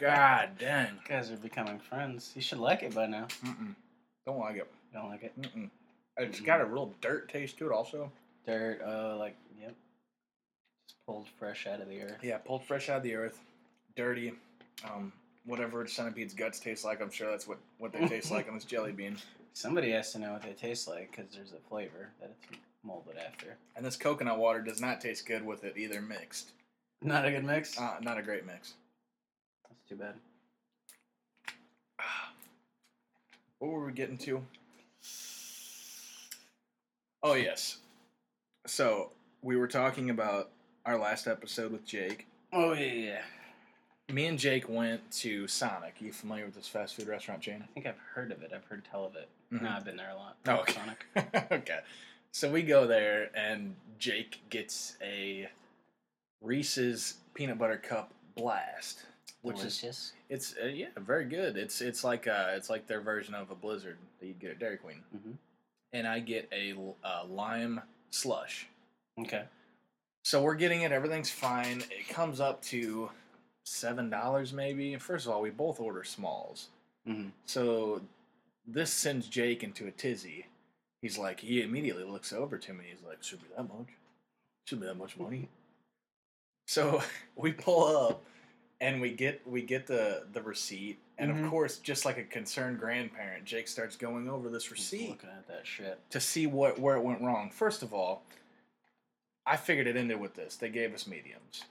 God dang.
You guys are becoming friends. You should like it by now.
Mm-mm. Don't like it.
You don't like it?
Mm-mm. It's
Mm-mm.
got a real dirt taste to it, also.
Dirt, oh, like, yep. Just pulled fresh out of the earth.
Yeah, pulled fresh out of the earth, dirty. Um, whatever centipede's guts taste like, I'm sure that's what, what they taste like on this jelly bean.
Somebody has to know what they taste like because there's a flavor that it's molded after.
And this coconut water does not taste good with it either, mixed.
Not a good mix.
Uh, not a great mix.
That's too bad.
What were we getting to? Oh, yes. So, we were talking about our last episode with Jake.
Oh yeah, yeah.
Me and Jake went to Sonic. You familiar with this fast food restaurant chain?
I think I've heard of it. I've heard tell of it.
Mhm.
No, I've been there a lot.
Oh, okay.
Sonic.
okay. So we go there, and Jake gets a Reese's peanut butter cup blast, *laughs* which is
Delicious.
it's uh, yeah very good. It's it's like uh it's like their version of a Blizzard that you get at Dairy Queen,
Mhm.
and I get a l- uh, lime slush.
Okay.
So we're getting it. Everything's fine. It comes up to seven dollars maybe. And first of all, we both order smalls. Mm-hmm.
Mhm.
So this sends Jake into a tizzy. He's like, he immediately looks over to me. He's like, should be that much. Should be that much
*laughs*
money. So *laughs* we pull up and we get we get the the receipt. And
Mhm.
of course, just like a concerned grandparent, Jake starts going over this
Just
receipt
Looking at that shit.
to see what where it went wrong. First of all, I figured it ended with this. They gave us mediums.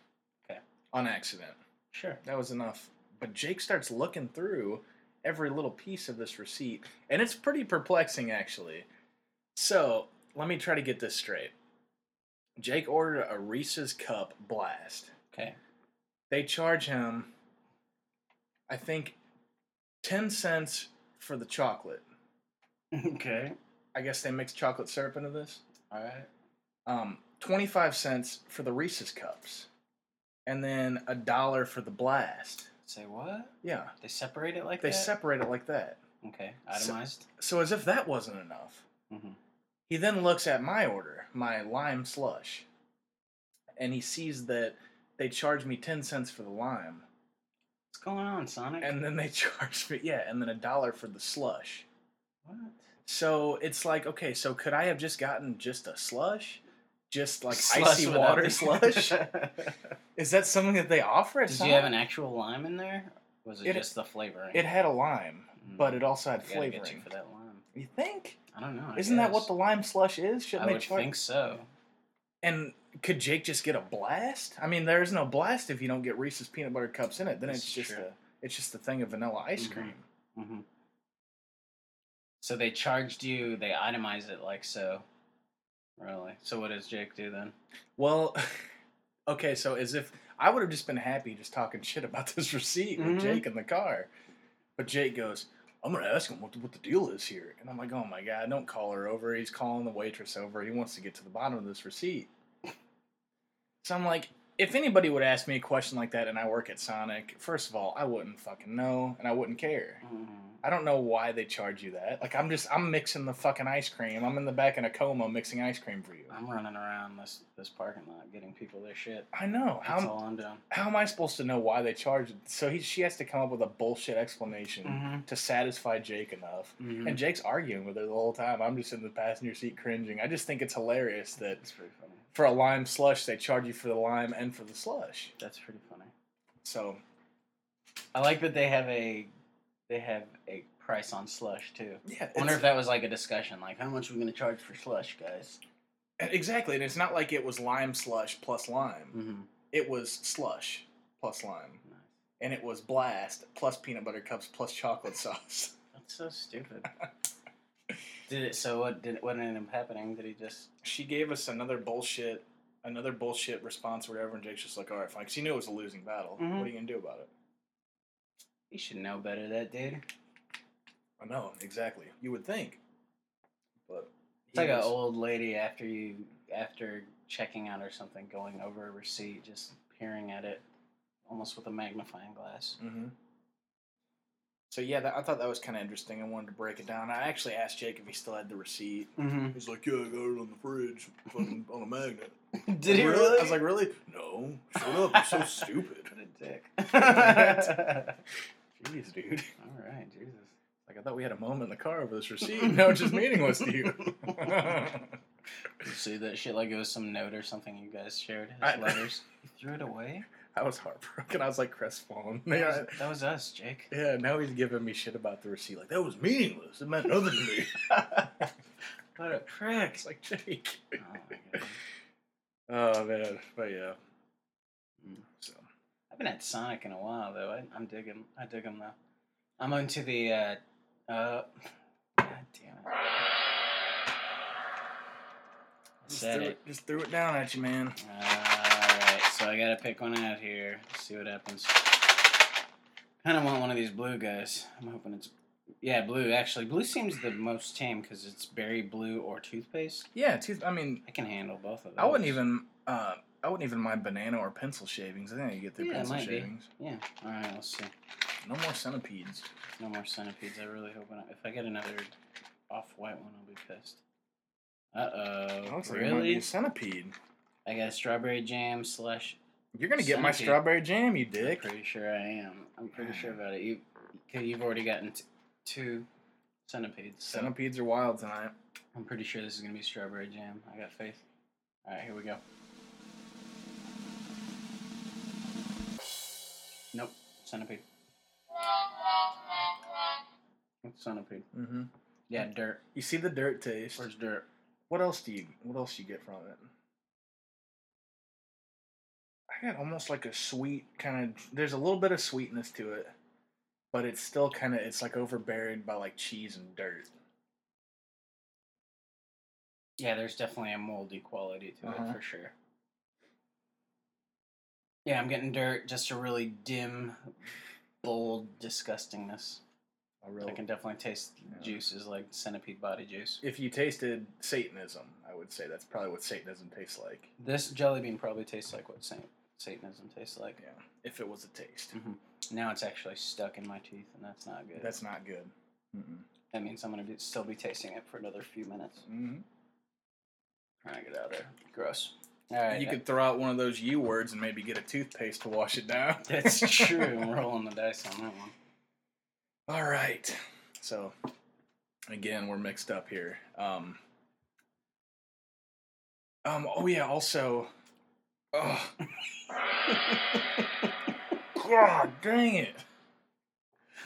Okay.
On accident.
Sure.
That was enough. But Jake starts looking through every little piece of this receipt, and it's pretty perplexing actually. So, let me try to get this straight. Jake ordered a Reese's cup blast.
Okay.
They charge him I think, ten cents for the chocolate.
*laughs* Okay.
I guess they mix chocolate syrup into this.
All right.
Um, twenty-five cents for the Reese's cups, and then a dollar for the blast.
Say what?
Yeah,
They separate it like
they
that?
separate it like that.
Okay.
Se- Mm-hmm.
Itemized.
So as if that wasn't enough,
Mhm.
he then looks at my order, my lime slush, and he sees that they charge me ten cents for the lime,
What's going on, Sonic?
and then they *laughs* charge me yeah, and then a dollar for the slush.
what?
So it's like okay, so could I have just gotten just a slush, just like
Slush
icy
without
water *laughs*
the- *laughs*
slush? *laughs* Is that something that they offer? at
Did you have an actual lime in there? Was it,
It-
just the flavoring?
It had a lime,
Mm.
but it also had
I gotta get you
flavoring.
for that lime.
You think?
I don't know. I
Isn't that what
guess.
the lime slush is?
I
Shouldn't they
would
charge?
think so.
And could Jake just get a blast? I mean, there is no blast if you don't get Reese's peanut butter cups in it. Then
This
it's
is
just
true.
a it's just a thing of vanilla ice
Mhm.
cream.
hmm So they charged you. They itemized it like so. Really? So what does Jake do then?
Well, *laughs* okay, so as if I would have just been happy just talking *laughs* shit about this receipt
Mhm.
with Jake in the car, but Jake goes, "I'm gonna ask him what the, what the deal is here," and I'm like, "Oh my god, don't call her over. He's calling the waitress over. He wants to get to the bottom of this receipt." So I'm like. If anybody would ask me a question like that and I work at Sonic, first of all, I wouldn't fucking know and I wouldn't care.
Mm-hmm.
I don't know why they charge you that. Like I'm just I'm mixing the fucking ice cream. I'm in the back in a coma mixing ice cream for you.
I'm running around this this parking lot getting people their shit.
I know.
That's
How
all I'm doing.
how am I supposed to know why they charge? So he she has to come up with a bullshit explanation
Mhm.
to satisfy Jake enough.
Mm-hmm.
And Jake's arguing with her the whole time. I'm just in the passenger seat cringing. I just think it's hilarious that
That's pretty funny.
for a lime slush they charge you for the lime and for the slush.
That's pretty funny.
So
I like that they have a they have a price on slush too.
yeah,
I wonder
it's-
if that was like a discussion, like how much are we gonna charge for slush, guys?
e, exactly. And it's not like it was lime slush plus lime.
Mm-hmm.
It was slush plus lime.
Nice.
and it was blast plus peanut butter cups plus chocolate *laughs* sauce.
That's so stupid. *laughs* did it? So what did what ended up happening? Did he just?
She gave us another bullshit, another bullshit response or whatever, and Jake's just like, "All right, fine," 'cause he knew it was a losing battle.
Mhm.
What are you gonna do about it?
He should know better, that dude. It's
I know exactly. You would think, but he
like an
was-
old lady after you after checking out or something, going over a receipt, just peering at it, almost with a magnifying glass.
Mhm. So yeah, that, I thought that was kind of interesting. I wanted to break it down. I actually asked Jake if he still had the receipt.
Mm-hmm.
He's like, "Yeah, I got it on the fridge, *laughs* fucking on a magnet."
*laughs* Did he
Like,
really?
I was like, "Really? No, shut up! You're
*laughs*
so stupid."
what a dick.
Jeez, dude.
*laughs* All right, Jesus.
Like I thought we had a moment in the car over
*laughs*
this receipt. Now it's just meaningless to you. *laughs*
You see that shit like it was some note or something you guys shared. His
I-
letters. He threw it away.
*laughs* I was heartbroken. I was like crestfallen. *laughs*
That
Yeah,
was, that was us, Jake.
yeah. Now he's giving me shit about the receipt. Like that was meaningless. It meant nothing to me. *laughs*
What a prick.
it's like Jake.
Oh my god.
Oh man. But yeah.
Mm.
So
I haven't had Sonic in a while though. I, I'm digging. I dig him though. I'm into the. Uh, uh, God damn it! I
just
said
threw,
it.
it, just threw it down at you, man.
All right, so I gotta pick one out here. See what happens. Kind of want one of these blue guys. I'm hoping it's. Yeah, blue. Actually, blue seems the most tame because it's berry blue or toothpaste.
Yeah. Tooth, I mean,
I can handle both of those.
I wouldn't even. Uh, I wouldn't even mind banana or pencil shavings. I think I could get through
Yeah, it
pencil
might be.
shavings.
Yeah. All right. Let's see.
No more centipedes.
No more centipedes. I really hope not. If I get another off-white one, I'll be pissed. Uh
That
oh.
looks like it might be
Really?
a centipede.
I got a strawberry jam slash.
You're gonna get my
Centipede.
strawberry jam, you
I'm
dick.
pretty sure I am. I'm pretty sure about it. You, 'cause you've already gotten t- two centipedes. So
Centipedes are wild tonight.
I'm pretty sure this is gonna be strawberry jam. I got faith. All right, here we go. Nope, centipede. Centipede.
Mm-hmm.
Yeah, dirt.
You see the dirt taste.
Where's dirt?
What else do you What else you get from it? I got almost like a sweet kind of. There's a little bit of sweetness to it, but it's still kind of. It's like overburied by like cheese and dirt.
Yeah, there's definitely a moldy quality to
Uh-huh.
it for sure. Yeah, I'm getting dirt, just a really dim bold disgustingness.
A real,
I can definitely taste
Yeah.
juices like centipede body juice.
if you tasted Satanism, I would say that's probably what Satanism tastes like.
This jelly bean probably tastes like what Saint, Satanism tastes like.
Yeah, if it was a taste,
Now it's actually stuck in my teeth, and that's not good.
that's not good. Mm-mm.
that means I'm gonna be, still be tasting it for another few minutes.
Mhm.
Trying to get out of there. Gross. All right.
You
uh,
could throw out one of those U words and maybe get a toothpaste to wash it down.
That's true. I'm rolling the dice on that one.
All right. So, again, we're mixed up here. Um. Um. Oh yeah. Also. Oh. *laughs* God dang it!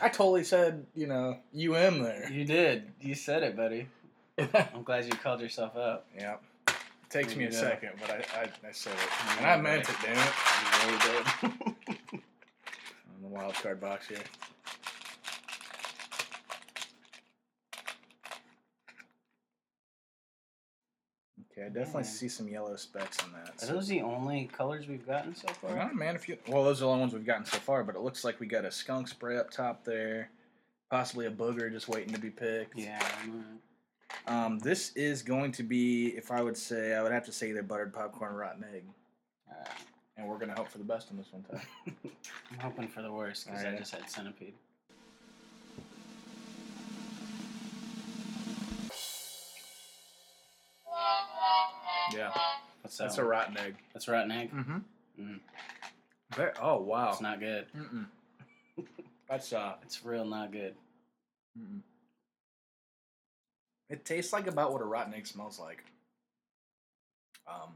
I totally said you know um there.
You did. You said it, *laughs* buddy.
yeah.
I'm glad you called yourself out.
It takes me a
Yeah.
second, but I, I I said it and I meant it. Damn it!
You really *laughs* did.
On the wild card box here. Okay, I definitely
Yeah.
see some yellow specks on that.
Are
So.
those the only colors we've gotten so far?
Well, man, if you well, those are the only ones we've gotten so far. But it looks like we got a skunk spray up top there, possibly a booger just waiting to be picked.
Yeah. I'm
Um, this is going to be, if I would say, I would have to say either buttered popcorn or rotten egg,
all right.
and we're gonna hope for the best on this one, Ty.
uh, I'm hoping for the worst because I
Alright.
just had centipede.
yeah,
What's that?
that's a
one?
rotten egg.
That's rotten egg.
Mm-hmm.
Mm.
Very, oh wow.
It's not good.
Mm-mm. *laughs* That's uh.
It's real not good.
Mm-mm. It tastes like about what a rotten egg smells like. Um,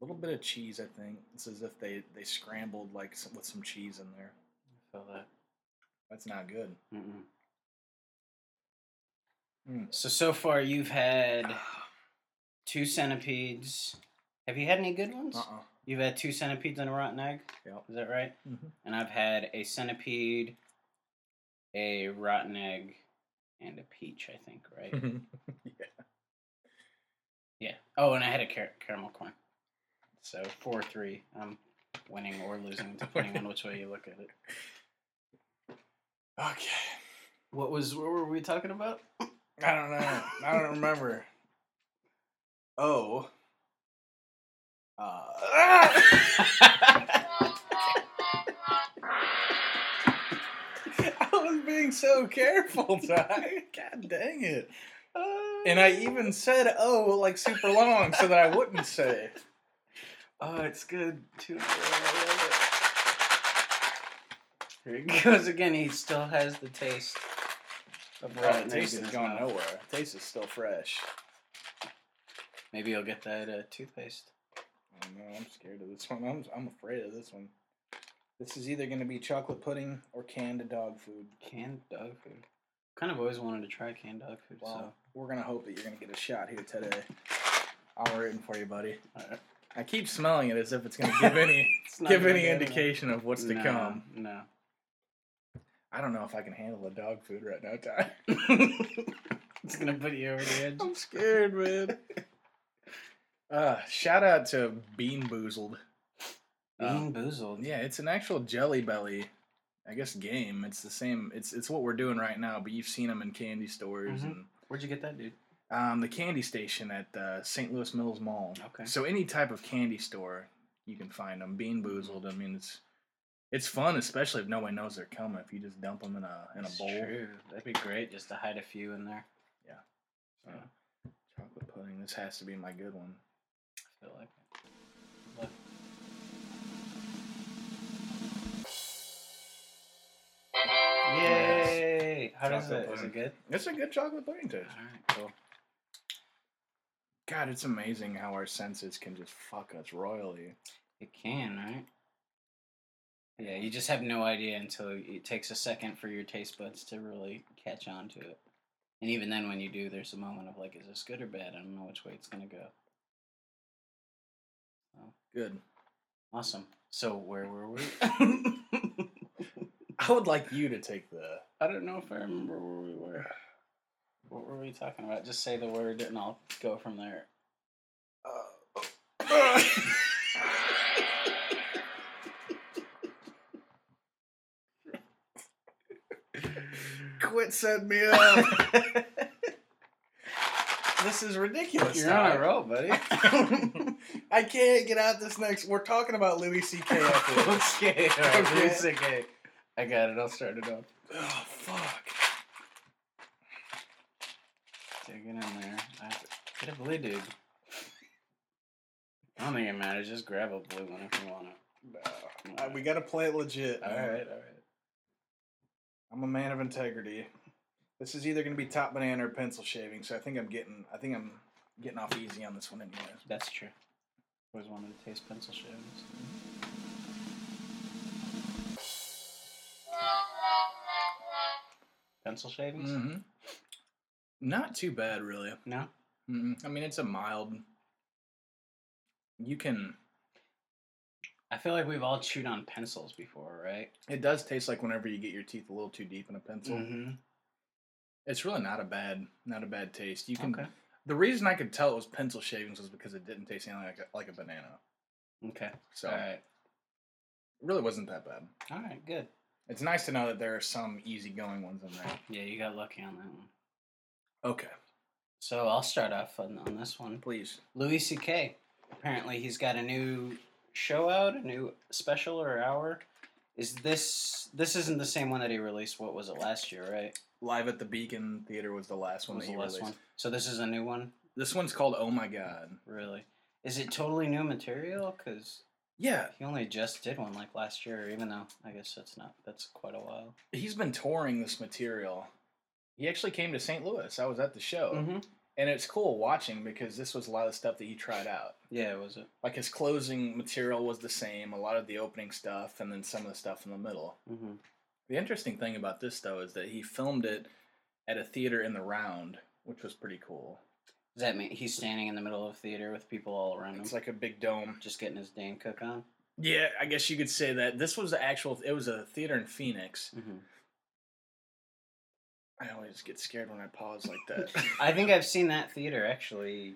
a little bit of cheese, I think. It's as if they they scrambled like some, with some cheese in there.
I feel that.
That's not good.
Mm-mm.
Mm.
So so far you've had two centipedes. Have you had any good ones?
Uh uh
You've had two centipedes and a rotten egg.
Yep.
Is that right?
Mhm.
And I've had a centipede, a rotten egg, and a peach. I think
Hmm.
right.
Mm-hmm. yeah.
yeah. Oh, and I had a car- caramel corn. So four three. I'm winning or losing depending on which way you look at it.
Okay.
What was what were we talking *laughs* about?
I don't know. I don't remember. Oh. Uh, *laughs* I was being so
*laughs*
careful, Ty. God dang it. And I even said oh like super long so that I wouldn't say.
*laughs* Oh, it's good too. Here it goes again. He still has the taste of
Right,
rotten
taste
eggs.
is
in his
Oh, gone
mouth.
nowhere. Taste is still fresh.
Maybe you'll get that uh, toothpaste.
Oh no, I'm scared of this one. I'm I'm afraid of this one. This is either gonna be chocolate pudding or canned dog food.
Canned dog food. Kind of always wanted to try canned dog food.
Well, we're gonna hope that you're gonna get a shot here today. I'm rooting for you, buddy.
So Alright.
I keep smelling it as if it's gonna
*laughs*
give any
uh, It's not
give
gonna
any
go to-
indication of what's to
No,
come. *laughs*
No.
I don't know if I can handle the dog food right now, Ty.
It's gonna put you over the edge.
I'm scared, man. *laughs* Uh, shout out to Bean Boozled. Um,
Bean boozled.
Yeah, it's an actual Jelly Belly, I guess game. It's the same. It's it's what we're doing right now. But you've seen them in candy stores
Mhm. Where'd you get that, dude?
and um, the candy station at uh, St. Louis Mills Mall.
Okay.
So any type of candy store, you can find them. Bean Boozled. I mean, it's it's fun, especially if no one knows they're coming. If you just dump them in a in a
It's
bowl.
True. That'd be great just to hide a few in there.
So, chocolate pudding. This has to be my good one.
I feel like it. Yay! How does
Chocolate
it? Is
pudding.
it good?
It's a good chocolate pudding taste.
Alright, cool.
God, it's amazing how our senses can just fuck us royally.
It can, right? Yeah, you just have no idea until it takes a second for your taste buds to really catch on to it. And even then, when you do, there's a moment of like, is this good or bad? I don't know which way it's gonna go.
Good.
Awesome. So where were we? *laughs*
I would like you to take the.
I don't know if I remember where we were. What were we talking about? Just say the word and I'll go from there.
quit setting me up. *laughs* this is ridiculous.
You're on a
Ty.
roll,
*laughs*
buddy.
I can't get out this next. We're talking about Louis C.K. after this.
*laughs* okay, all right,
Okay.
it's okay. I got it. I'll start it up.
*laughs* Oh fuck!
Digging in there. I have to get a blue dude. I don't think it matters. Just grab a blue one if you want to.
No, Uh, we gotta play it legit.
All
man.
right, all right.
I'm a man of integrity. This is either gonna be top banana or pencil shaving, so I think I'm getting. I think I'm getting off easy on this one anyway.
That's true. Always wanted to taste pencil shavings. Pencil shavings?
Mm-hmm. Not too bad, really.
No.
mm I mean, it's a mild. You can.
I feel like we've all chewed on pencils before, right?
It does taste like whenever you get your teeth a little too deep in a pencil.
Mm-hmm.
It's really not a bad, not a bad taste. You can.
Okay.
The reason I could tell it was pencil shavings was because it didn't taste anything like a, like a banana.
Okay.
So
All right.
it really wasn't that bad.
All right. Good.
It's nice to know that there are some easygoing ones in there.
Yeah, you got lucky on that one.
Okay,
So I'll start off on, on this one.
please.
Louis C.K. Apparently, he's got a new show out, a new special or hour. Is this this isn't the same one that he released? What was it last year? Right?
Live at the Beacon Theater was the last one
was
that
the
you
last
released.
one? So this is a new one,
This one's called Oh My God.
really. Is it totally new material? Because
Yeah,
he only just did one like last year, even though I guess that's not that's quite a while.
he's been touring this material. He actually came to St. Louis. I was at the show,
Mm-hmm.
and it's cool watching because this was a lot of the stuff that he tried out.
Yeah, was it?
Like his closing material was the same, a lot of the opening stuff, and then some of the stuff in the middle.
Mm-hmm.
The interesting thing about this though is that he filmed it at a theater in the Round, which was pretty cool.
Does that mean he's standing in the middle of theater with people all around him,
It's like a big dome.
just getting his Dane Cook on?
Yeah, I guess you could say that. This was the actual. It was a theater in Phoenix.
Mm-hmm.
I always get scared when I pause like that.
*laughs* *laughs* I think I've seen that theater actually.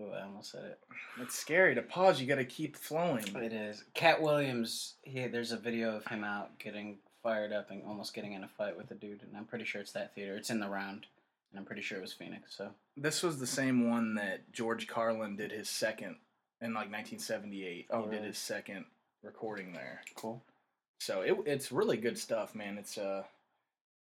Ooh, I almost said it.
it's scary to pause. You got to keep flowing.
It is Cat Williams. He there's a video of him out getting fired up and almost getting in a fight with a dude, and I'm pretty sure it's that theater. It's in the round, and I'm pretty sure it was Phoenix. So
This was the same one that George Carlin did his second in like 1978.
Oh,
he did
really?
his second recording there.
cool.
So it, it's really good stuff, man. It's uh,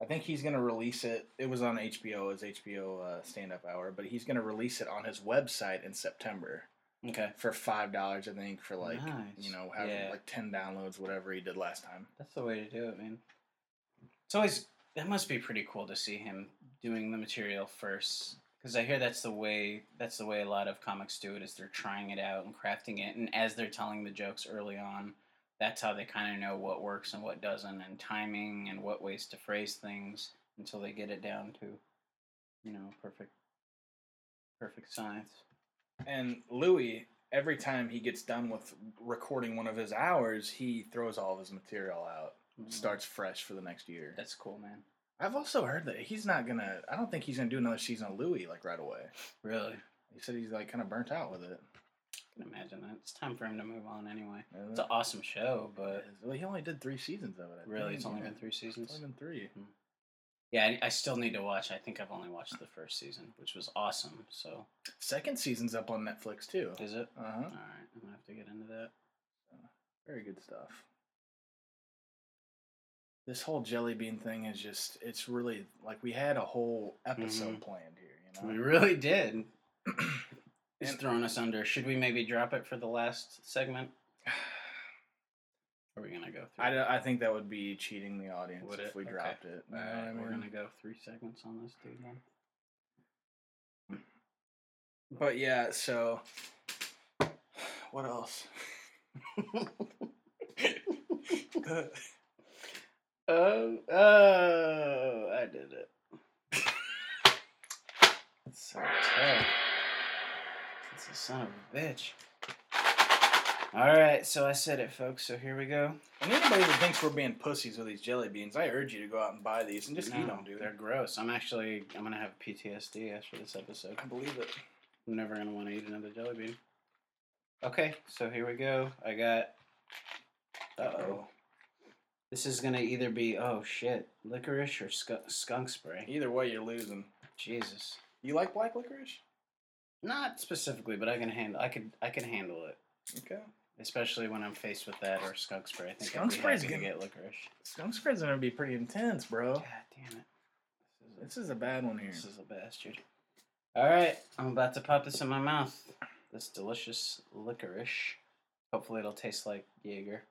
I think he's gonna release it. It was on HBO as HBO uh, Stand Up Hour, but he's gonna release it on his website in September
Okay,
for five dollars, I think, for like
Nice.
you know, having
Yeah.
like ten downloads, whatever he did last time.
that's the way to do it, man. It's always that must be pretty cool to see him doing the material first, because I hear that's the way that's the way a lot of comics do it is they're trying it out and crafting it, and as they're telling the jokes early on. That's how they kind of know what works and what doesn't, and timing and what ways to phrase things. until they get it down to, you know, perfect, perfect science.
And Louis, every time he gets done with recording one of his hours, he throws all of his material out, starts fresh for the next year.
Mm, That's cool, man.
I've also heard that he's not gonna. I don't think he's gonna do another season of Louis like right away.
Really,
He said he's like kind of burnt out with it.
I can imagine that. It's time for him to move on anyway.
Yeah.
It's an awesome show, but
Well, he only did three seasons of it. I
really, it's
think,
only
yeah.
been three
It's
seasons.
only been three.
Yeah, I, I still need to watch. I think I've only watched the first season, which was awesome. So,
Second season's up on Netflix too.
is it?
Uh huh.
All right, I'm gonna have to get into that.
Very good stuff. This whole jelly bean thing is just—it's really like we had a whole episode planned here.
Mm-hmm. We
You know, *clears throat*
really did. It's
And-
throwing us under. Should we maybe drop it for the last
*sighs*
segment? Are we gonna go through?
I, don't- I think that would be cheating the audience
Would
if
it?
we
Okay.
dropped it. You know what I
Alright, we're
mean?
gonna go three segments on this dude then.
But yeah, so what else?
Oh, oh, I did it. That's so tough. That's a son of a bitch. All right, so I said it, folks. So here we go.
And anybody that thinks we're being pussies with these jelly beans, I urge you to go out and buy these and just eat
No,
them, dude.
They're gross. I'm actually I'm gonna have PTSD after this episode.
I believe it.
I'm never gonna want to eat another jelly bean. Okay, so here we go. I got. Uh oh. This is gonna either be oh shit, licorice or sku- skunk spray.
Either way, you're losing.
Jesus,
You like black licorice?
not specifically, but I can handle. I could. I can handle it,
Okay.
especially when I'm faced with that or skunk spray. I think
Skunk
I'd be
spray's
happy to
good. Oh.
get licorice.
Skunk spray's gonna be pretty intense, bro.
God damn it!
This
This is a
is a bad one here.
This is a bastard. All right, I'm about to pop this in my mouth. This delicious licorice. Hopefully, it'll taste like Jaeger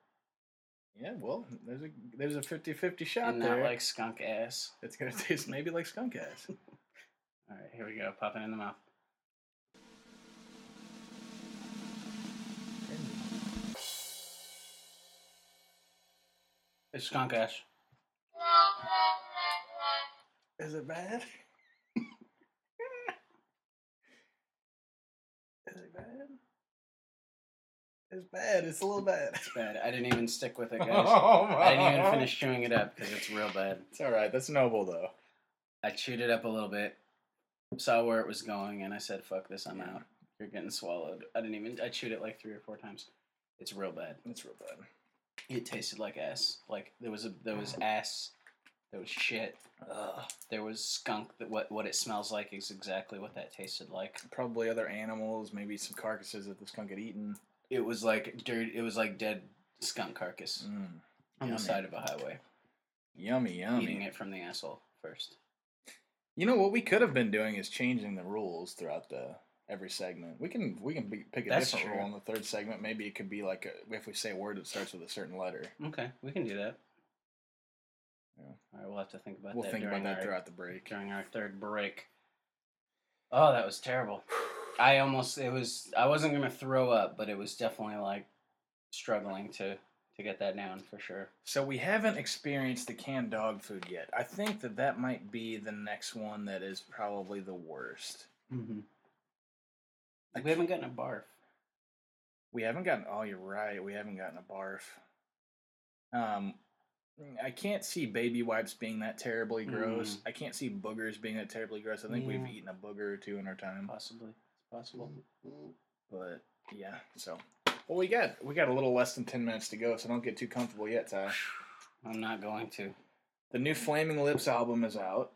Yeah, well, there's a there's a 50-50 shot
and not
there.
like skunk ass.
it's gonna *laughs* taste maybe like skunk ass.
All right, here we go. Popping in the mouth. It's skunk ass.
Is it bad? *laughs* Is it bad? It's bad. It's a little bad.
Bad. I didn't even stick with it, guys.
*laughs* Oh my.
I didn't even finish chewing it up because it's real bad.
It's all right. That's noble though.
I chewed it up a little bit, saw where it was going, and I said, "Fuck this, I'm
Yeah.
out." You're getting swallowed. I didn't even. I chewed it like three or four times. It's real bad.
It's real bad.
It tasted like ass. Like there was a there was ass. There was shit.
Oh. Ugh.
There was skunk. That what what it smells like is exactly what that tasted like.
Probably other animals, maybe some carcasses that the skunk had eaten.
It was like dirty. It was like dead skunk carcass
Mm,
on the
yummy.
side of a highway.
Yummy, yummy.
Eating it from the asshole first.
You know what we could have been doing is changing the rules throughout the every segment. We can we can be, pick a
That's
different
true.
rule in the third segment. Maybe it could be like a, if we say a word that starts with a certain letter.
Okay, we can do that.
Yeah.
All right, we'll have to think about
We'll
that.
think about
during
that
our-
throughout the break.
during our third break. Oh, that
*sighs*
was terrible. I almost it was I wasn't gonna throw up, but it was definitely like struggling to to get that down for sure.
So we haven't experienced the canned dog food yet. I think that that might be the next one that is probably the worst.
Mm-hmm.
Like-
we haven't gotten a barf.
We haven't gotten. Oh, you're right. We haven't gotten a barf. Um, I can't see baby wipes being that terribly gross. I can't see boogers being that terribly gross. I think
Mm. Yeah.
we've eaten a booger or two in our time.
Possibly, it's possible.
But yeah, so well, we got we got a little less than ten minutes to go, so don't get too comfortable yet, Ty.
I'm not going to.
The new Flaming Lips album is out.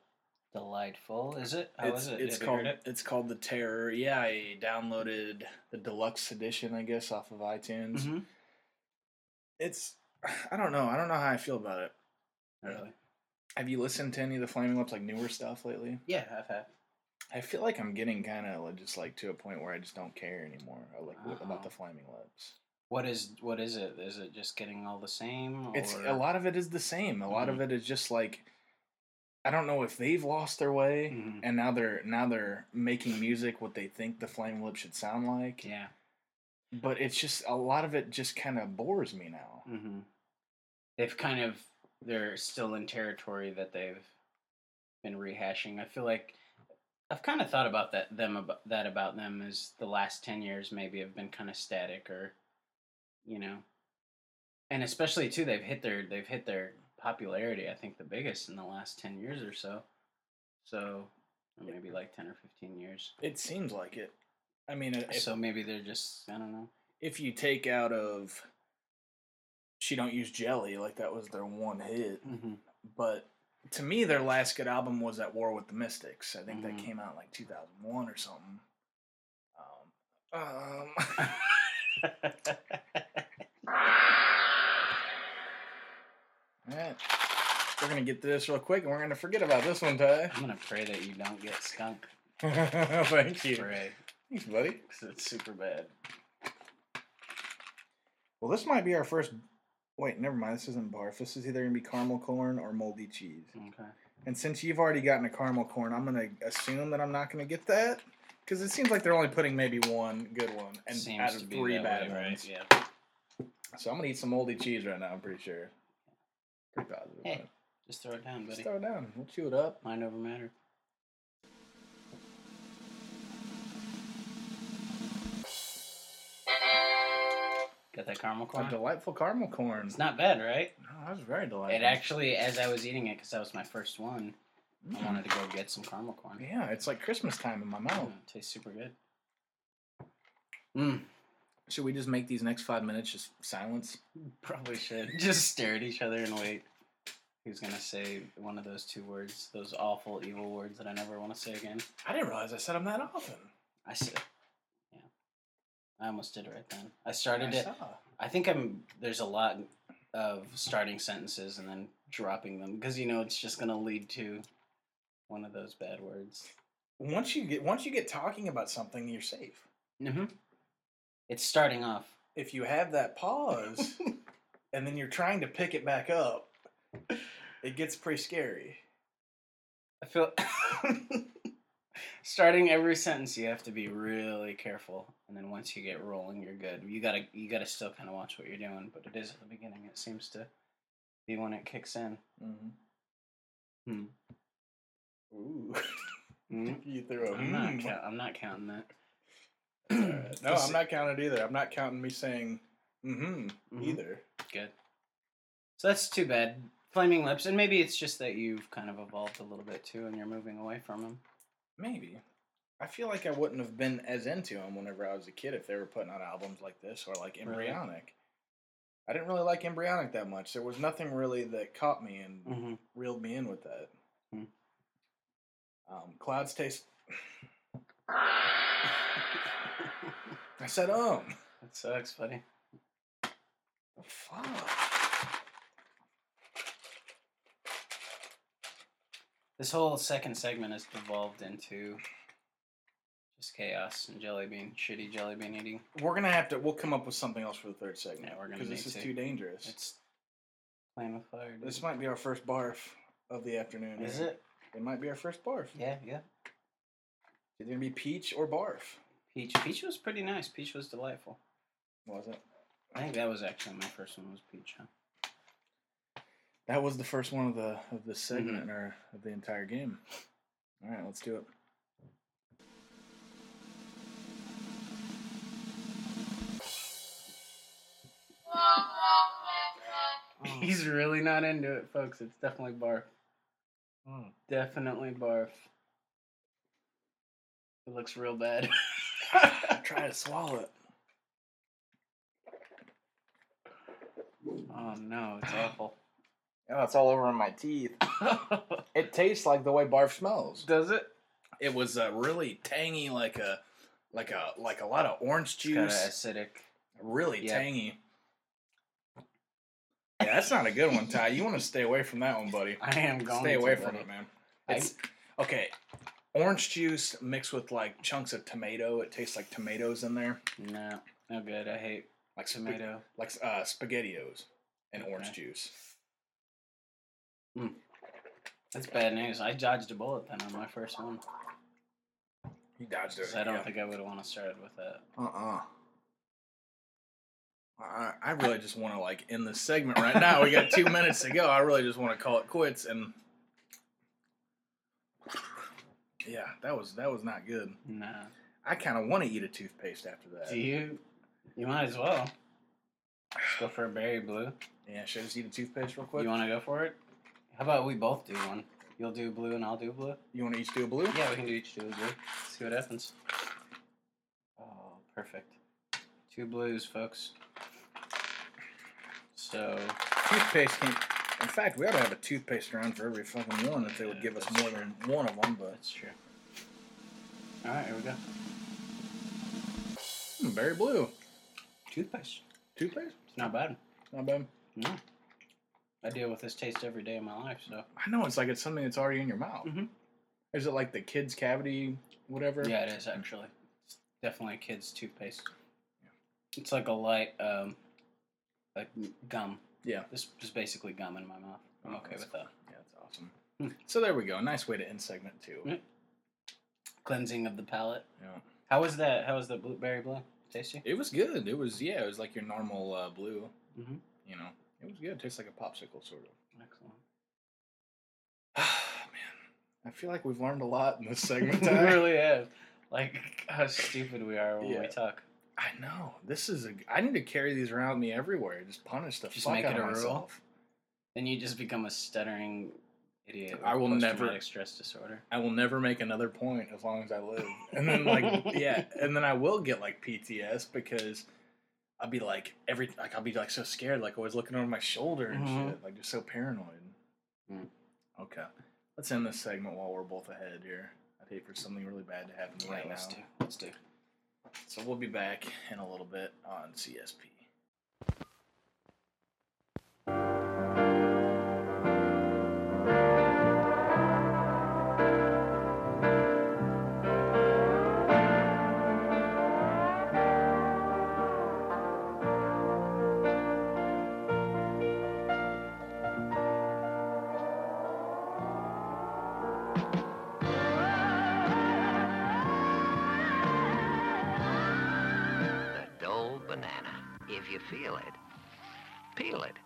Delightful, is it? How
it's,
is it?
It's
Have you
called
heard it?
it's called the Terror. Yeah, I downloaded the deluxe edition, I guess, off of iTunes.
Mhm.
It's *sighs* I don't know. I don't know how I feel about it.
Really?
Have you listened to any of the Flaming Lips like newer stuff lately?
Yeah, I've had.
I feel like I'm getting kind of just like to a point where I just don't care anymore uh, like w- about the Flaming Lips.
What is what is it? Is it just getting all the same? Or...
It's a lot of it is the same. A lot
Mhm.
of it is just like I don't know if they've lost their way
Mhm.
and now they're now they're making music what they think the Flaming Lips should sound like.
Yeah.
but it's just a lot of it just kind of bores me now.
Mm-hmm. They've kind of they're still in territory that they've been rehashing. I feel like I've kind of thought about that them about that about them is the last ten years maybe have been kind of static or you know, and especially too they've hit their they've hit their popularity. I think the biggest in the last ten years or so. So or maybe like ten or fifteen years.
It seems like it. I mean, if,
So maybe they're just I don't know.
if you take out of she don't use jelly, like that was their one hit.
Mm-hmm. *laughs*
But to me, their last good album was at War with the Mystics. I think
Mhm.
that came out in like 2001 or something. Um, *laughs* um, all right. We're gonna get to this real quick, and we're gonna forget about this one, Ty. *laughs*
I'm gonna pray that you don't get skunk.
Thank you,
Pray.
thanks, buddy.
Because it's super bad.
Well, this might be our first. Wait, never mind. This isn't barf. This is either gonna be caramel corn or moldy cheese.
Okay.
And since you've already gotten a caramel corn, I'm gonna assume that I'm not gonna get that because it seems like they're only putting maybe one good one and
Seems
out of
to be
three
that
bad
way, right?
ones.
Yeah.
So I'm gonna eat some moldy cheese right now. I'm pretty sure. Pretty positive.
Hey,
about it.
Just throw it down,
Just
buddy.
throw it down. We'll chew it up.
Mind over matter. Got that caramel corn?
A delightful caramel corn.
It's not bad, right?
No, that was very delightful.
It actually, as I was eating it, because that was my first one, I
Mm.
wanted to go get some caramel corn.
Yeah, it's like Christmas time in my mouth.
Mm, tastes super good. Mmm.
Should we just make these next five minutes just silence?
Probably should. *laughs* Just stare at each other and wait. Who's gonna say one of those two words? Those awful, evil words that I never want to say again.
I didn't realize I said them that often.
I said, yeah. I almost did it right then. I started it. I think I'm. There's a lot of starting sentences and then dropping them because you know it's just gonna lead to one of those bad words.
Once you get once you get talking about something, you're safe.
Mm-hmm. It's starting off.
If you have that pause, and then you're trying to pick it back up, it gets pretty scary.
I feel *laughs* starting every sentence you have to be really careful and then once you get rolling you're good you gotta you gotta still kind of watch what you're doing but it is at the beginning it seems to be when it kicks in
Mm-hmm.
hmm.
Ooh,
Hmm?
you threw a.
I'm, not
mm.
count- I'm not counting that
Alright. No,
*clears throat* This-
I'm not counting it either. I'm not counting me saying mm-hmm,
Mhm.
either.
good so that's too bad flaming lips and maybe it's just that you've kind of evolved a little bit too and you're moving away from them
Maybe. I feel like I wouldn't have been as into them whenever I was a kid if they were putting out albums like this or like
Really?
Embryonic. I didn't really like Embryonic that much. There was nothing really that caught me and
mm-hmm.
reeled me in with that.
Hmm.
Um, clouds taste. I said, um.
that sucks buddy
Fuck.
this whole second segment has devolved into just chaos and jelly bean shitty jelly bean eating
We're gonna have to. We'll come up with something else for the third segment.
Yeah, we're gonna
because this
need
is
to.
too dangerous.
It's playing with fire. dude.
This might be our first barf of the afternoon.
is
here.
it?
It might be our first barf.
Yeah, yeah.
It's gonna be peach or barf.
Peach. Peach was pretty nice. Peach was delightful.
Was it?
I think that was actually my first one was peach. Huh?
That was the first one of the of this segment or of the entire game. All right, let's do it.
He's really not into it, folks. It's definitely barf. Definitely barf. It looks real bad. *laughs*
Try to swallow it.
oh no, it's awful.
Oh, it's all over my teeth. It tastes like the way barf smells.
*laughs* Does it?
It was uh, really tangy, like a like a like a lot of orange
Kind of
juice.
acidic.
Really
Yeah.
tangy. Yeah, that's not a good one, Ty. You want to stay away from that one, buddy.
I am going.
Stay away
to,
from
buddy.
it, man.
I-
It's okay. Orange juice mixed with like chunks of tomato. It tastes like tomatoes in there,
No, no good. I hate
like spa-
tomato.
like uh, spaghettios and orange
Okay.
juice.
That's bad news. I dodged a bullet then on my first one.
You dodged it.
So I don't think I would have want to start with that.
Uh uh I I really just want to like end this segment right now. We got two minutes to go. I really just want to call it quits and yeah, that was that was not good.
Nah.
I kind of want to eat a toothpaste after that.
Do you? You might as well. Let's go for a berry blue.
Yeah, should I just eat a toothpaste real quick?
You want to go for it? How about we both do one? You'll do blue and I'll do blue.
You want to each do a blue?
Yeah, we can do each do a blue. See what happens. Oh, perfect. Two blues, folks. So
Toothpaste can. In fact, we ought to have a toothpaste around for every fucking one if they would
Yeah,
give us
that's
more than one of them. But
that's true. All right, here we go.
Hmm, berry blue
Toothpaste.
toothpaste,
It's not bad.
not bad.
No. I deal with this taste every day of my life, so.
I know it's like it's something that's already in your mouth.
Mhm.
Is it like the kid's cavity, whatever?
Yeah, it is actually. It's definitely a kid's toothpaste. It's like a light, um, like gum.
Yeah.
This is basically gum in my mouth. I'm
Oh,
okay
that's
with that.
Yeah, that's awesome.
Hmm.
So there we go. Nice way to end segment two.
Yeah. Cleansing of the palate.
Yeah.
How was that? How was the blueberry blue? Tasty?
It was good. It was yeah. It was like your normal uh, blue.
Mhm.
You know, it was good. It tastes like a popsicle, sort of. *sighs* *laughs*
Excellent.
Man, I feel like we've learned a lot in this
*laughs*
segment.
we
Ty.
really have. Like how stupid we are when we
Yeah.
talk.
I know. This is a. I need to carry these around with me everywhere. Just punish the
Just
fuck
make
out
it
of
a rule.
myself.
Then you just become a stuttering idiot. with
I will never-
post-traumatic stress disorder.
I will never make another *laughs* point as long as I live. And then like yeah, and then I will get like PTS because I'd be like every like I'll be like so scared, like always looking over my shoulder and
Mhm.
shit, like just so paranoid.
Mm.
Okay, let's end this segment while we're both ahead here. I'd hate for something really bad to happen
Yeah,
right now.
let's do. Let's do.
So we'll be back in a little bit on CSP.
The dull banana. If you feel it, peel it.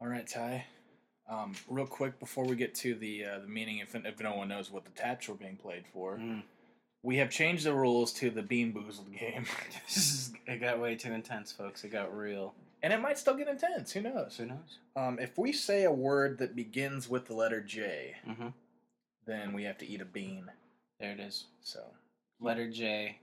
All right, Ty. Um, real quick before we get to the uh, the meaning, if if no one knows what the taps were being played for,
Mm. *laughs*
we have changed the rules to the Bean Boozled game, *laughs*
This is, it got way too intense, folks. It got real.
and it might still get intense. Who knows?
Who knows?
Um, if we say a word that begins with the letter J,
Mm-hmm.
then we have to eat a bean.
There it is.
So
Letter J.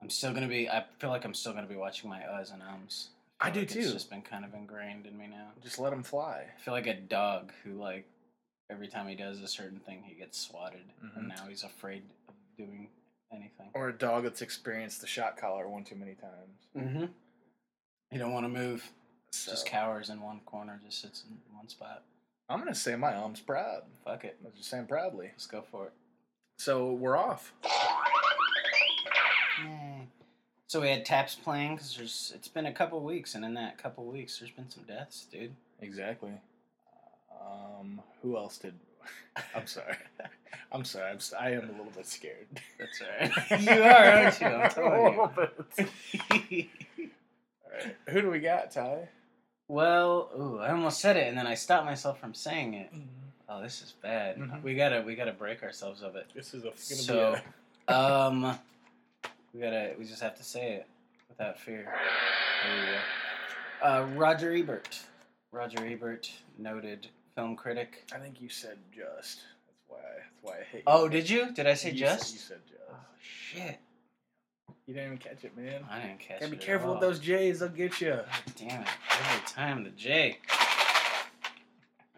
I'm still gonna be. I feel like I'm still gonna be watching my uhs and ums.
I
feel
do
like It's
too.
just been kind of ingrained in me now.
just let them fly.
I feel like a dog who like every time he does a certain thing he gets swatted
Mhm.
and now he's afraid of doing anything.
Or a dog that's experienced the shot collar one too many times.
Mm-hmm. He don't want to move.
So,
Just cowers in one corner. Just sits in one spot.
I'm gonna say my arm's proud.
Fuck it.
I'm just saying proudly.
Let's go for it.
So we're off.
Yay. So we had taps playing because there's. It's been a couple weeks, and in that couple weeks, there's been some deaths, dude.
Exactly. Um, who else did? *laughs* I'm sorry. *laughs* I'm sorry. I'm, si am a little bit scared.
That's alright. *laughs* you are, aren't you?
*laughs*
I'm telling you. *laughs*
Alright, Who do we got, Ty?
well, ooh, I almost said it, and then I stopped myself from saying it.
Mm-hmm.
Oh, this is bad.
Mhm.
We gotta, we gotta break ourselves of it.
This is a, gonna
So-
be a,
Um, we gotta, we just have to say it without fear. There we go. Uh, Roger Ebert. Roger Ebert, noted film critic.
I think you said just. That's why. That's why I hate.
Oh, did you? Did I say
you
just?
Said, you said
oh
just.
shit!
You didn't even catch it, man.
I didn't catch
Gotta
it.
be
at
careful with
all.
those J's. They'll get you.
God damn it! Every time the J.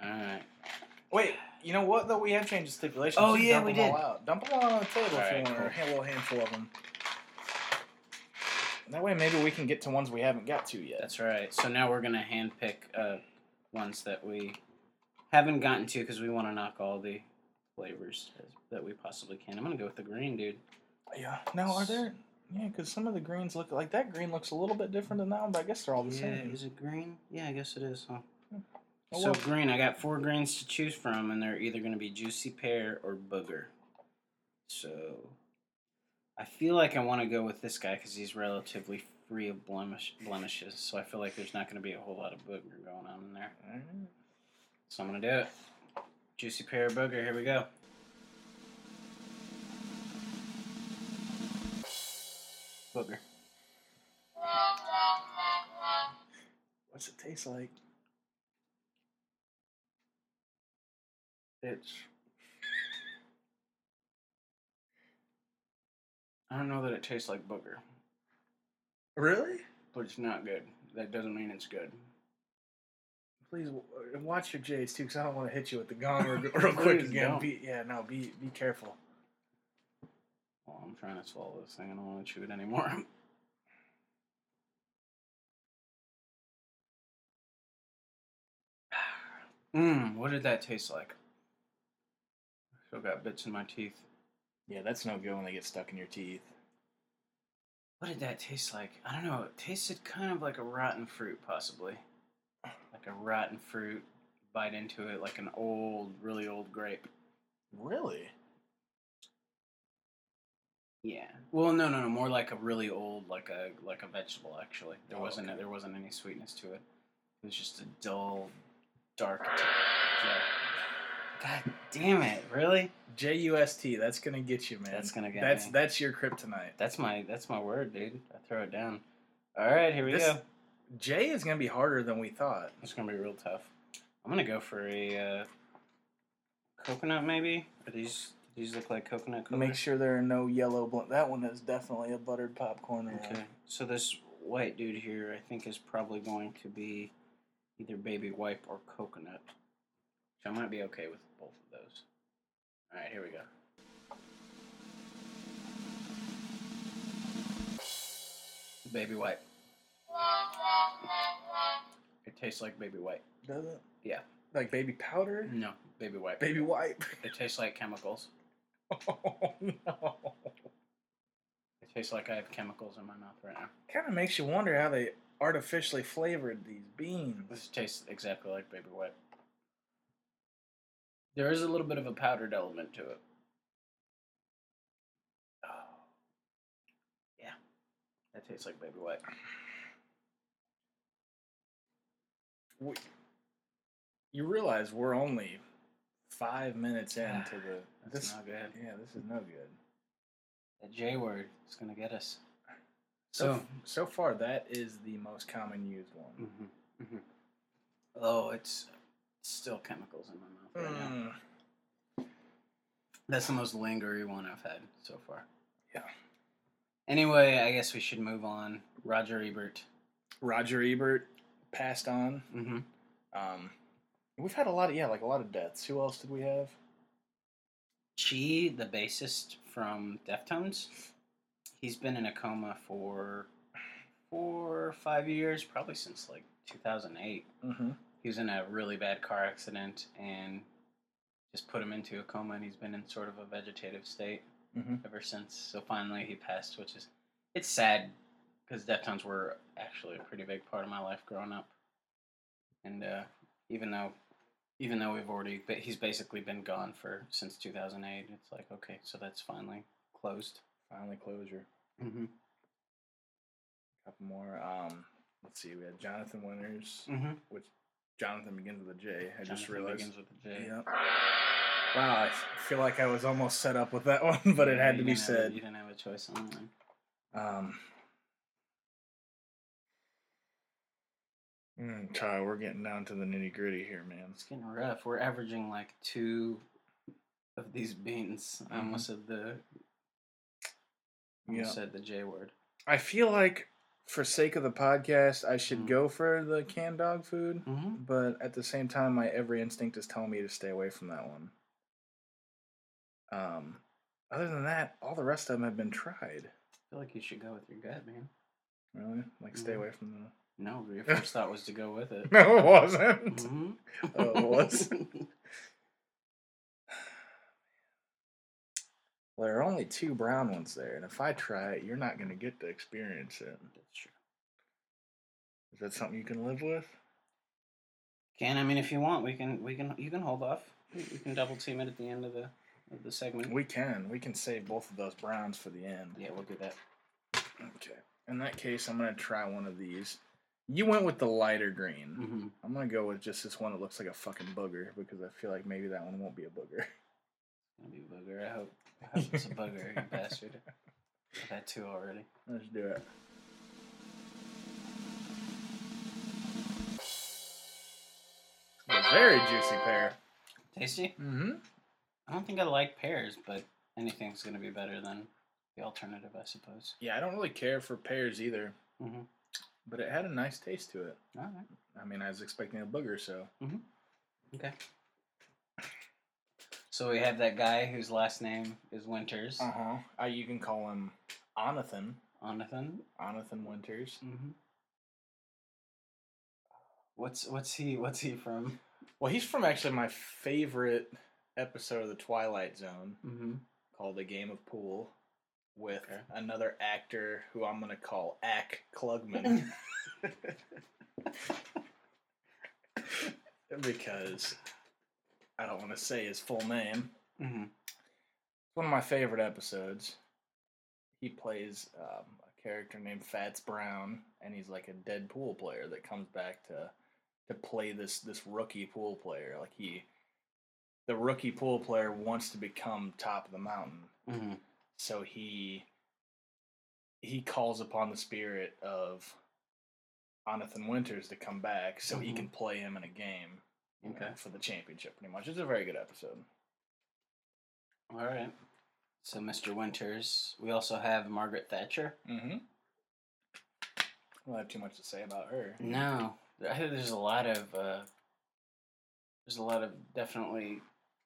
All right.
Wait. You know what? Though we have changed the stipulations.
Oh,
Just
yeah,
dump
we
them all
did.
out. Dump them all on the table if you
Alright,
want.
cool.
or have A little handful of them. That way, maybe we can get to ones we haven't got to yet.
That's right. So now we're gonna handpick uh, ones that we haven't gotten to because we want to knock all the flavors as, that we possibly can. I'm gonna go with the green, dude.
Yeah. Now, are there? Yeah, because some of the greens look like that green looks a little bit different than that one, but I guess they're all the
yeah,
same.
is it green? Yeah, I guess it is. Huh.
Oh,
so
well.
green, I got four greens to choose from, and they're either gonna be juicy pear or booger. So I feel like I want to go with this guy because he's relatively free of blemish blemishes. So I feel like there's not gonna be a whole lot of booger going on in there.
Alright.
So I'm gonna do it. Juicy pear booger, here we go. Booger.
What's it taste like? It's
I don't know that it tastes like booger,
really.
but it's not good. That doesn't mean it's good.
Please w- uh, watch your J's too, because I don't want to hit you with the gong
*laughs*
real, real quick
Please
again.
don't.
Be, yeah, no, be be careful.
Well, I'm trying to swallow this thing. I don't want to chew it anymore. *laughs* *sighs* Mmm, what did that taste like? Still got bits in my teeth.
Yeah, that's no good when they get stuck in your teeth.
What did that taste like? I don't know. It tasted kind of like a rotten fruit, possibly. Like a rotten fruit. Bite into it like an old, really old grape.
Really?
Yeah. Well, no, no, no. More like a really old, like a like a vegetable. Actually, there
Oh,
wasn't
okay.
there wasn't any sweetness to it. It was just a dull, dark. t- yeah. God damn it! Really?
J U S T. That's gonna get you, man.
That's gonna get
That's
me.
that's your kryptonite.
That's my that's my word, dude. I throw it down. All right, here we
This-
go.
J is gonna be harder than we thought.
It's gonna be real tough. I'm gonna go for a uh, coconut, maybe. Are these these look like coconut? coconut?
Make sure there are no yellow. Bl- that one is definitely a buttered popcorn. roll.
Okay. So this white dude here, I think, is probably going to be either baby wipe or coconut. So I might be okay with both of those. All right, here we go. Baby wipe. It tastes like baby wipe.
Does it?
Yeah. Mm.
Like baby powder,
No, baby wipe.
baby wipe. *laughs*
It tastes like chemicals.
oh no!
It tastes like I have chemicals in my mouth right now.
Kind of makes you wonder how they artificially flavored these beans.
This tastes exactly like baby wet. There is a little bit of a powdered element to it. Oh. Yeah. That tastes like baby wet.
We- you realize we're only five minutes into the.
*sighs* That's
this,
not good.
Yeah, this is no good.
That J word is going to get us.
So
So,
so far, that is the most common used one.
Mhm, mhm. oh, it's still chemicals in my mouth right now.
Mm.
That's the most lingering one I've had so far.
Yeah.
Anyway, I guess we should move on. Roger Ebert.
Roger Ebert passed on.
Mm-hmm.
Um, we've had a lot of yeah, like a lot of deaths. Who else did we have?
Chi, the bassist from Deftones, he's been in a coma for four or five years, probably since like 2008.
Mm-hmm.
He was in a really bad car accident and just put him into a coma, and he's been in sort of a vegetative state
Mhm.
ever since. So finally, he passed, which is it's sad because Deftones were actually a pretty big part of my life growing up, and uh, even though even though we've already but he's basically been gone for since 2008 it's like okay so that's finally closed
Finally, closure.
mm-hmm.
A couple more. Um, let's see. We had Jonathan Winters,
Mm-hmm.
which Jonathan begins with a J. I just realized.
begins with a J.
Yeah. Wow, I f- feel like I was almost set up with that *laughs* one, but it had
You
to be
didn't have a-
said.
you didn't have a choice on that one.
Um, mm, Ty, we're getting down to the nitty gritty here, man.
it's getting rough we're averaging like two of these beans i almost said the I almost
Mm-hmm. Yeah.
said the j word
I feel like, for sake of the podcast, I should
Mm.
go for the canned dog food,
mm-hmm.
but at the same time, my every instinct is telling me to stay away from that one. Um, other than that, all the rest of them have been tried.
i feel like you should go with your gut man
Really? Like, stay
Mm.
away from the. *laughs*
no your first thought was to go with it
No, it wasn't.
mm-hmm.
Oh, it
*laughs*
was. *laughs* Well, there are only two brown ones there, and if I try it, you're not going to get to experience it.
that's true
Is that something you can live with?
Can I mean if you want we can we can you can hold off. We we can double team it at the end of the of the segment.
We can. We can save both of those browns for the end.
yeah, we'll do that.
Okay. In that case, I'm going to try one of these. You went with the lighter green.
hmm
I'm going to go with just this one that looks like a fucking booger because I feel like maybe that one won't be a booger. *laughs*
Gonna be a booger. I hope. I hope it's a booger, you *laughs* bastard. I've had two already.
Let's do it. A very juicy pear.
Tasty.
Mm-hmm.
I don't think I like pears, but anything's gonna be better than the alternative, I suppose.
Yeah, I don't really care for pears either,
Mhm.
but it had a nice taste to it.
All right.
I mean, I was expecting a booger, so
Okay. So we have that guy whose last name is Winters,
uh-huh. uh You can call him Onathan,
Onathan.
Onathan Winters.
Mm-hmm. What's what's he what's he from?
Well, he's from actually my favorite episode of the Twilight Zone
Mm-hmm.
called "The Game of Pool." with
Okay.
another actor who I'm gonna call Ack Klugman. because I don't want to say his full name.
Mm-hmm.
It's one of my favorite episodes. He plays um, a character named Fats Brown, and he's like a dead pool player that comes back to to play this this rookie pool player. Like he, the rookie pool player wants to become top of the mountain,
Mm-hmm.
so he he calls upon the spirit of Jonathan Winters to come back so he
Mhm.
can play him in a game you know,
Okay.
for the championship. Pretty much, it's a very good episode.
All right. So, Mr. Winters. We also have Margaret Thatcher.
Mm-hmm. I don't have too much to say about her.
No, I think there's a lot of uh, there's a lot of definitely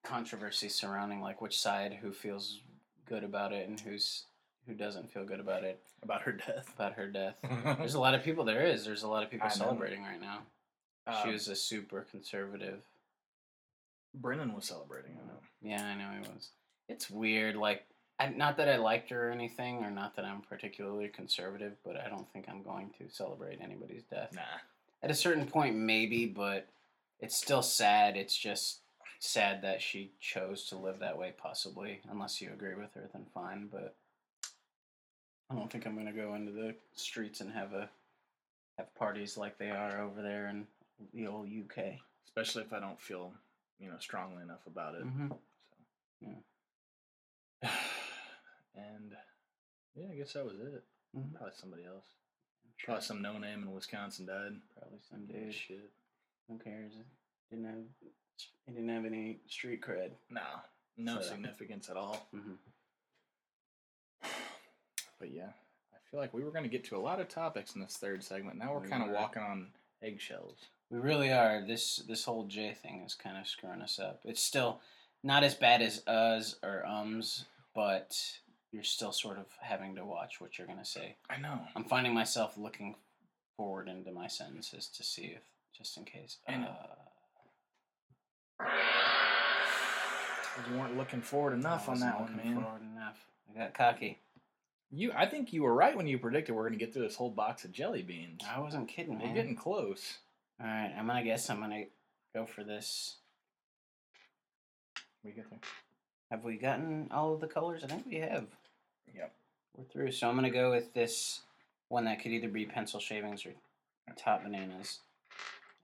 controversy surrounding like which side who feels good about it and who's who doesn't feel good about it
About her
*laughs*
death.
about her
*laughs*
death.
Um,
There's a lot of people. There is. There's a lot of people
I know. Um,
celebrating right now.
uh,
she was a super conservative.
Brennan was celebrating. I know.
Yeah, I know he was. It's weird. Like, I, not that I liked her or anything, or not that I'm particularly conservative, but I don't think I'm going to celebrate anybody's death.
Nah.
At a certain point, maybe, but it's still sad. It's just sad that she chose to live that way, possibly. Unless you agree with her, then fine, but I don't think I'm going to go into the streets and have a have parties like they are over there in the old UK.
Especially if I don't feel, you know, strongly enough about it.
Mm-hmm.
So. Yeah. *sighs* and yeah, I guess that was it.
Mhm.
Probably somebody else. Probably some no name in Wisconsin died.
Probably some dude.
Shit.
Who cares? Didn't have he didn't have any street cred.
Nah. No
So-
significance at all. *sighs*
Mm-hmm.
But yeah, I feel like we were going to get to a lot of topics in this third segment. Now we're
We
kind of
were.
walking on eggshells.
We really are. This this whole J thing is kind of screwing us up. It's still not as bad as uhs or ums, but you're still sort of having to watch what you're gonna say.
I know.
I'm finding myself looking forward into my sentences to see if just in case.
And-
uh,
You weren't looking forward enough on
I wasn't
that one,
looking
man.
Forward enough. I got cocky.
You, I think you were right when you predicted we're going to get through this whole box of jelly beans.
I wasn't kidding, man.
We're getting close.
All right, I'm gonna guess I'm gonna go for this.
We get there.
Have we gotten all of the colors? I think we have.
Yep.
We're through. So I'm gonna go with this one that could either be pencil shavings or top bananas.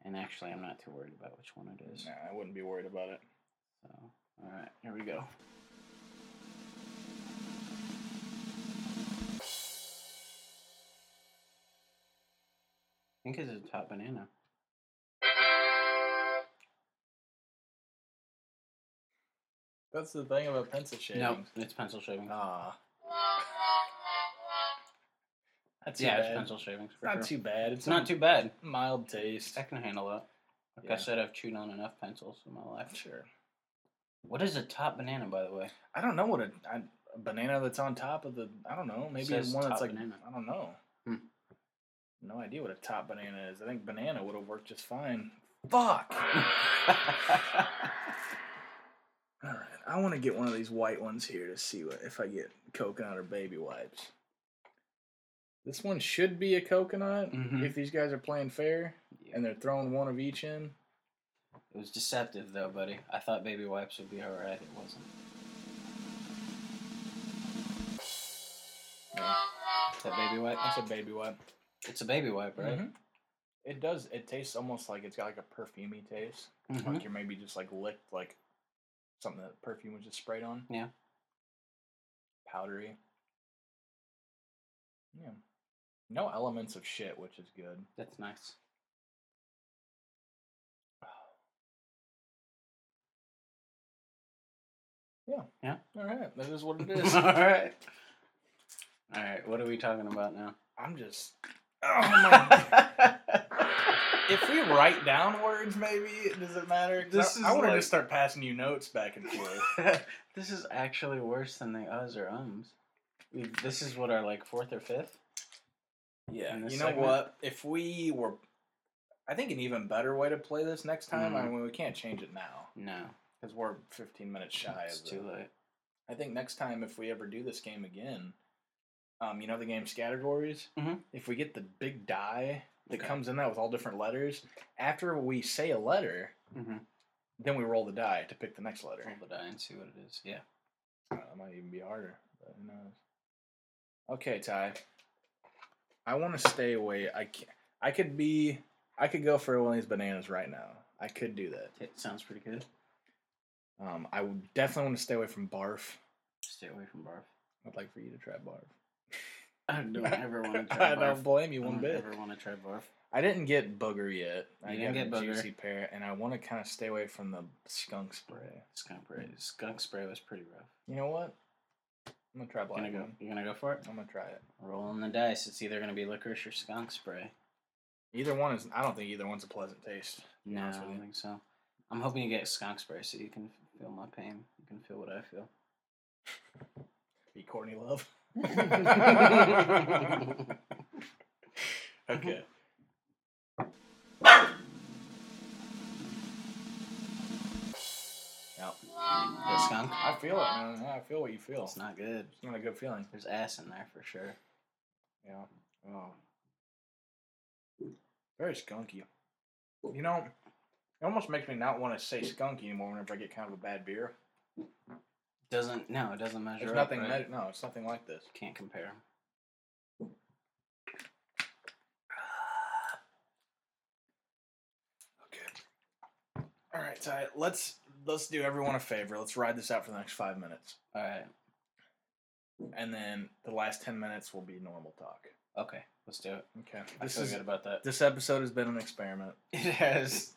And actually, I'm not too worried about which one it is.
Nah, I wouldn't be worried about it.
So, all right, here we go. I think it's a top banana.
That's the thing about pencil shavings.
No, it's pencil shavings.
Ah. That's too
yeah, it's
bad.
pencil shavings.
It's
For
not
sure.
too bad. It's
It's not too bad.
mild taste.
I can handle that. Like
Yeah.
I said, I've chewed on enough pencils in my life.
Sure.
What is a top banana, by the way?
I don't know what a, I- a banana that's on top of the. I don't know. Maybe
Says
one that's
top
like.
banana.
I don't know.
Hmm.
No idea what a top banana is. I think banana would have worked just fine. Fuck. All right, I want to get one of these white ones here to see what if I get coconut or baby wipes. This one should be a coconut
Mhm.
if these guys are playing fair
Yeah.
and they're throwing one of each in.
*laughs* It was deceptive, though, buddy. I thought baby wipes would be alright. It wasn't. Yeah. Is that baby wipe?
That's a baby wipe,
It's a baby wipe, right?
Mhm. It does. It tastes almost like it's got like a perfumey taste.
Mhm.
Like you're maybe just like licked like something that perfume was just sprayed on.
Yeah.
Powdery. Yeah. No elements of shit, which is good.
That's nice. *laughs*
All right, that is what it
*laughs*
is.
alright. Alright, what are we talking about *laughs* now?
I'm just. Oh my! if we write down words, maybe does it matter? 'Cause
This
I,
is
I want to
like-
just start passing you notes back and forth.
*laughs* this is actually worse than the uhs or ums. We- This is what our like fourth or fifth.
yeah,
In this
you know
segment?
what? If we were, I think an even better way to play this next time. I
Mm-hmm.
mean, we can't change it now
No,
because we're 15 minutes shy.
it's
of the-
too late.
I think next time, if we ever do this game again, um, you know the game categories.
Mhm.
If we get the big die that
Okay.
comes in that with all different letters, after we say a letter,
Mm-hmm.
then we roll the die to pick the next letter.
Roll the die and see what it is. Yeah.
Uh, it might even be harder. But who knows? Okay, Ty. I want to stay away. I can I could be. I could go for one of these bananas right now. I could do that.
It sounds pretty good.
Um, I would definitely want to stay away from barf.
Stay away from
*laughs*
barf.
I'd like for you to try barf.
I don't
*laughs*
ever want to try
I
barf.
don't blame you
I
one
don't
bit.
ever want to try barf.
I didn't get booger yet. I
You didn't
got
get
a
booger.
juicy pear, and I want to kind of stay away from the skunk spray.
Skunk spray. Skunk spray was pretty rough.
You know what? I'm gonna try black
Gonna go,
one.
you gonna go for it?
I'm gonna try it.
Rolling the dice. It's either gonna be licorice or skunk spray.
Either one is. I don't think either one's a pleasant taste.
No, I
honest with
don't
you.
think so. I'm hoping you get skunk spray so you can feel my pain. You can feel what I feel.
Be Courtney
*laughs*
Love. *laughs* okay. Yep.
The skunk.
I feel it, man. Yeah, I feel what you feel.
It's not good.
It's not a good feeling.
There's ass in there for sure.
Yeah. Oh. Very skunky. You know, it almost makes me not want to say skunky anymore whenever I get kind of a bad beer.
Doesn't no, it doesn't measure.
There's
up,
nothing.
right?
me- no, it's nothing like this.
Can't compare.
Okay. All right, Ty. Let's let's do everyone a favor. Let's ride this out for the next five minutes,
All right.
and then the last ten minutes will be normal talk.
Okay. Let's do it.
Okay.
I
This
feel
is
good about that.
this episode has been an experiment.
*laughs* It has.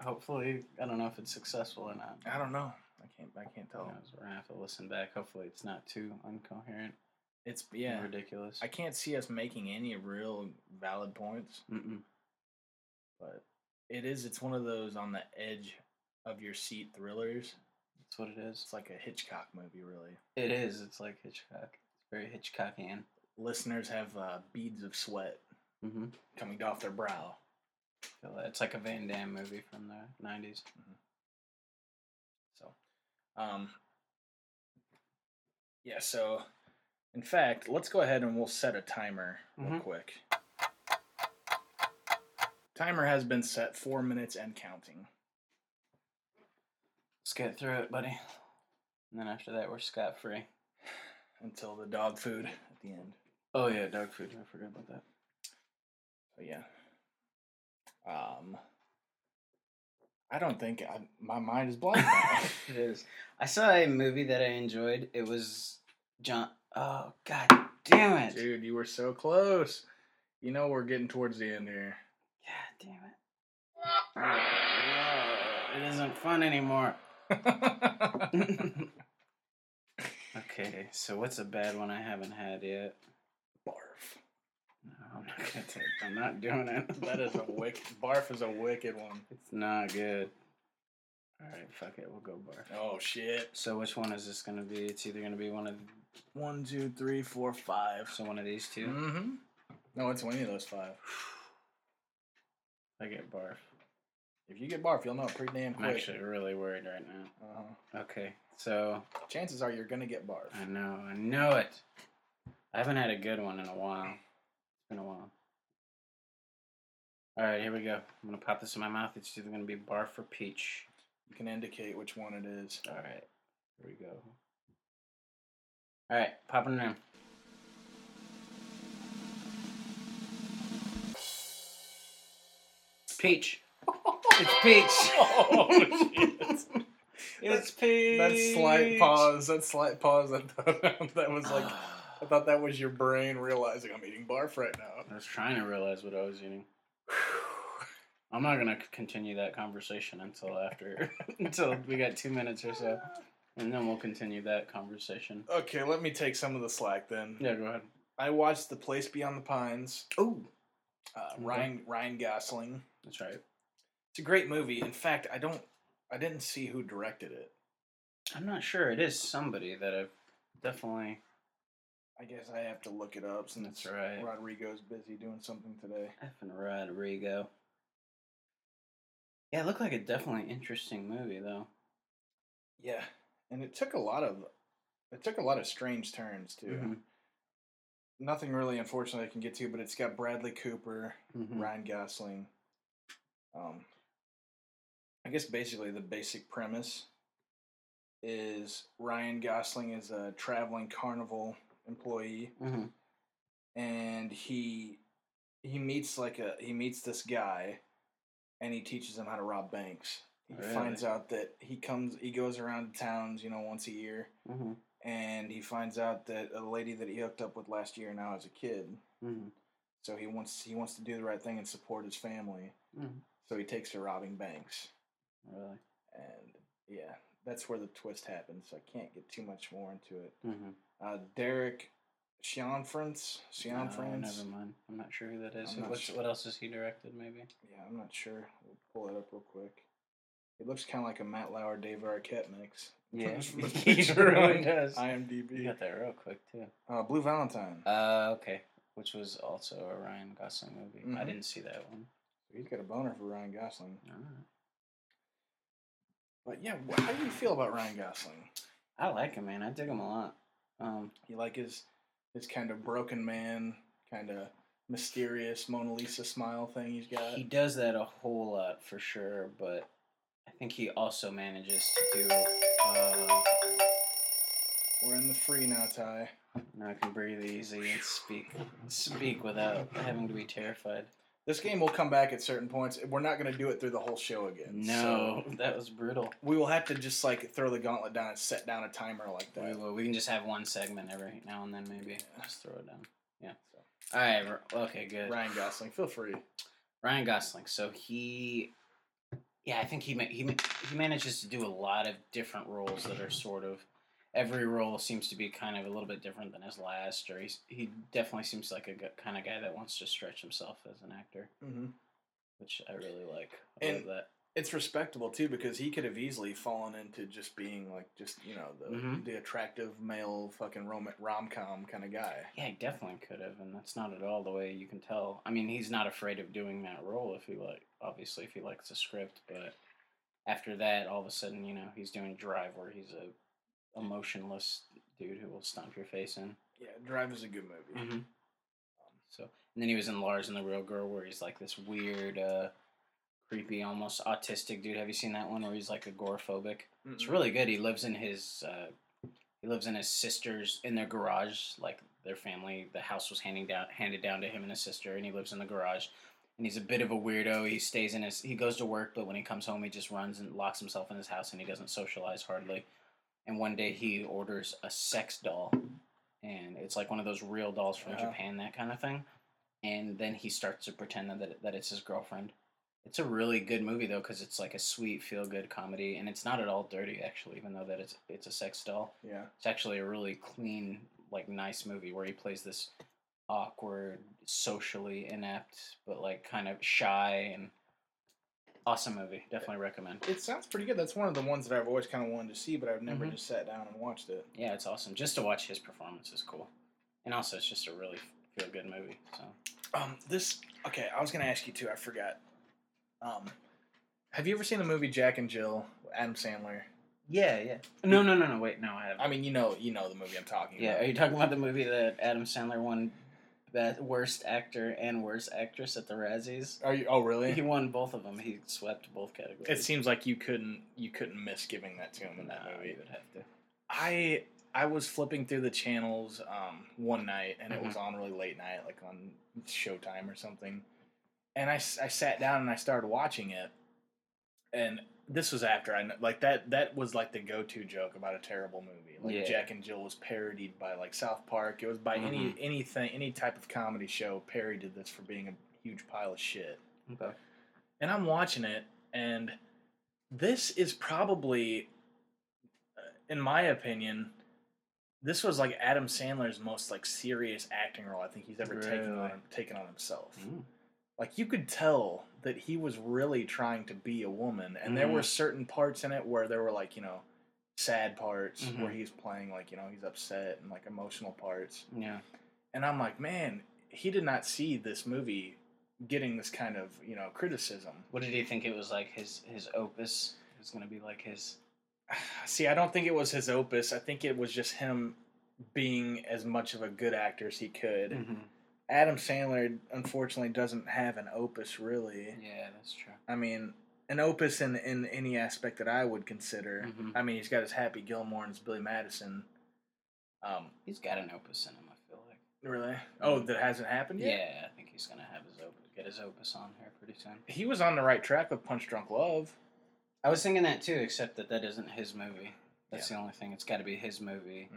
Hopefully, I don't know if it's successful or not.
I don't know. I can't. I can't
Who
tell.
knows? We're gonna have to listen back. Hopefully, it's not too incoherent.
It's
Yeah.
yeah.
Ridiculous.
I can't see us making any real valid points,
Mm-mm.
but it is. It's one of those on the edge of your seat thrillers.
That's what it is.
It's like a Hitchcock movie, really.
It is. It's like Hitchcock. It's very Hitchcockian.
Listeners have uh, beads of sweat
Mm-hmm.
coming off their brow.
It's like a Van Damme movie from the '90s.
So, um, yeah. So, in fact, let's go ahead and we'll set a timer real
Mhm.
quick. Timer has been set four minutes and counting.
Let's get through it, buddy. And then after that, we're scot free.
until the dog food at the end.
Oh yeah, dog food. I forgot about that.
So yeah. Um, I don't think I, my mind is blank. now.
It is. I saw a movie that I enjoyed. It was John. Oh god *laughs* damn it!
Dude, you were so close. You know we're getting towards the end here. *laughs*
God damn it! Oh, no, it isn't
*laughs*
fun anymore. okay, so what's a bad one I haven't had yet?
barf.
No, I'm not gonna take. I'm not doing it.
*laughs* That is a wicked barf is a wicked one.
It's not good. All right, fuck it. We'll go barf.
Oh shit.
So which one is this gonna be? It's either gonna be one of
One, two, three, four, five.
so one of these 2
Mm-hmm. No, it's any of those five.
I get barf.
If you get barf, you'll know it pretty damn
I'm
quick.
actually really worried right
uh
now. Okay, so
Chances are you're gonna get barf.
I know, I know it. I haven't had a good one in a while. It's been a while. All right, here we go. I'm gonna pop this in my mouth. It's either gonna be barf or peach.
You can indicate which one it is.
All right, here we go. All right, popping it in. Peach. It's peach.
Oh, shit.
It's peach.
That slight pause. That slight pause. I thought *laughs* that was *sighs* like. I thought that was your brain realizing I'm eating barf right now.
I was trying to realize what I was *sighs* eating. I'm not gonna c- continue that conversation until after, *laughs* until we got two minutes or so, and then we'll continue that conversation.
Okay, let me take some of the slack then.
Yeah, go ahead.
I watched The Place Beyond the Pines.
Oh,
Uh,
Okay.
Ryan Ryan Gosling.
that's right.
It's a great movie. In fact, I don't. I didn't see who directed it.
I'm not sure. It is somebody that I've definitely.
I guess I have to look it up since
That's right.
Rodrigo's busy doing something today.
Effing Rodrigo. Yeah, it looked like a definitely interesting movie though.
Yeah,
Mm-hmm.
and it took a lot of. It took a lot of strange turns too.
Mhm.
nothing really, unfortunately, I can get to, but it's got Bradley Cooper,
Mhm.
Ryan Gosling. Um, I guess basically the basic premise is Ryan Gosling is a traveling carnival employee,
Mhm.
and he he meets like a he meets this guy, and he teaches him how to rob banks. He
Really?
finds out that he comes he goes around towns, you know, once a year,
Mhm.
and he finds out that a lady that he hooked up with last year now has a kid.
Mhm.
So he wants he wants to do the right thing and support his family.
Mhm.
So he takes to robbing banks,
Really.
and yeah, that's where the twist happens. So I can't get too much more into it.
Mhm.
Uh, Derek Schianfrance,
Uh,
Schianfrance.
never mind. I'm not sure who that is.
I'm not
What's,
sure.
What else has he directed? Maybe.
yeah, I'm not sure. We'll pull it up real quick. It looks kind of like a Matt Lauer, Dave Arquette mix. *laughs*
Yeah, *laughs*
From the
he
picture
really
on
does. You
IMDb.
got that real quick too.
Uh, Blue Valentine.
Uh, okay. Which was also a Ryan Gosling movie. I
Mhm.
didn't see that one.
He's got a boner for Ryan Gosling.
Alright.
But yeah, wh- how do you feel about Ryan Gosling?
I like him, man. I dig him a lot. Um,
You like his his kind of broken man, kind of mysterious Mona Lisa smile thing he's got.
he does that a whole lot for sure, but I think he also manages to do. Uh,
We're in the free now, Ty.
now I can breathe easy and speak speak without having to be terrified.
This game will come back at certain points. We're not going to do it through the whole show again.
No,
so
that was brutal.
we will have to just like throw the gauntlet down and set down a timer like
We,
that.
will- we can just have one segment every now and then, maybe.
Yeah.
Just throw it down. Yeah. All right. r- Okay. Good.
Ryan Gosling, feel free.
Ryan Gosling. So he, yeah, I think he ma- he ma- he manages to do a lot of different roles that are sort of every role seems to be kind of a little bit different than his last, or he's he definitely seems like a gu- kind of guy that wants to stretch himself as an actor,
hmm
which I really like. I love
And-
that.
It's respectable too because he could have easily fallen into just being like just you know the
Mhm.
the attractive male fucking rom rom com kind of guy.
Yeah, he definitely could have, and that's not at all the way you can tell. I mean, he's not afraid of doing that role if he like, obviously, if he likes the script. But after that, all of a sudden, you know, he's doing Drive, where he's a emotionless dude who will stomp your face in.
Yeah, Drive is a good movie.
Mm-hmm. So, and then he was in Lars and the Real Girl, where he's like this weird, uh, creepy, almost autistic dude. Have you seen that one where he's like agoraphobic? It's
Mm-mm.
really good. He lives in his uh, he lives in his sister's in their garage. Like their family, the house was handing down handed down to him and his sister, and he lives in the garage. And he's a bit of a weirdo. He stays in his he goes to work, but when he comes home, he just runs and locks himself in his house, and he doesn't socialize hardly. And one day he orders a sex doll, and it's like one of those real dolls from
Yeah.
Japan, that kind of thing. And then he starts to pretend that that, that it's his girlfriend. It's a really good movie though, because it's like a sweet, feel good comedy, and it's not at all dirty actually. Even though that it's it's a sex doll,
Yeah.
it's actually a really clean, like nice movie where he plays this awkward, socially inept, but like kind of shy and awesome movie. Definitely recommend.
It sounds pretty good. That's one of the ones that I've always kind of wanted to see, but I've never
Mhm.
just sat down and watched it.
Yeah, it's awesome. Just to watch his performance is cool, and also it's just a really feel good movie. So
Um, this okay. I was gonna ask you too. I forgot. Um, have you ever seen the movie Jack and Jill? Adam Sandler.
yeah, yeah. No, no, no, no. Wait, no, I haven't.
I mean, you know, you know the movie I'm talking
Yeah,
about.
are you talking about the movie that Adam Sandler won best worst actor and worst actress at the Razzies?
Are you? Oh, really?
He won both of them. He swept both categories.
it seems like you couldn't you couldn't miss giving that to him in
no,
that movie.
you would have to.
I I was flipping through the channels um, one night, and it was on really late night, like on Showtime or something. And I, s- I sat down and I started watching it, and this was after I kn- like that that was like the go to joke about a terrible movie. Like
Yeah.
Jack and Jill was parodied by like South Park. It was by any anything any type of comedy show parodied this for being a huge pile of shit
Okay.
and I'm watching it, and this is probably, uh, in my opinion, this was like Adam Sandler's most like serious acting role I think he's ever taken on
Really?
taken on himself.
Mm.
Like you could tell that he was really trying to be a woman, and there were certain parts in it where there were like you know sad parts where
Mhm.
he's playing like you know he's upset and like emotional parts
Yeah.
and i'm like man he did not see this movie getting this kind of you know criticism
What did he think it was like? His his opus it was gonna be like his.
See, I don't think it was his opus. I think it was just him being as much of a good actor as he could.
Hmm. Mm-hmm.
Adam Sandler unfortunately doesn't have an opus really.
Yeah, that's true.
I mean, an opus in, in any aspect that I would consider.
Mhm.
I mean, he's got his Happy Gilmore and his Billy Madison. Um,
He's got an opus in him. I feel like.
really? Oh, that hasn't happened yet.
Yeah, I think he's gonna have his opus, get his opus on here pretty soon.
He was on the right track with Punch Drunk Love.
I was thinking that too, except that that isn't his movie. That's the only thing. It's got to be his movie.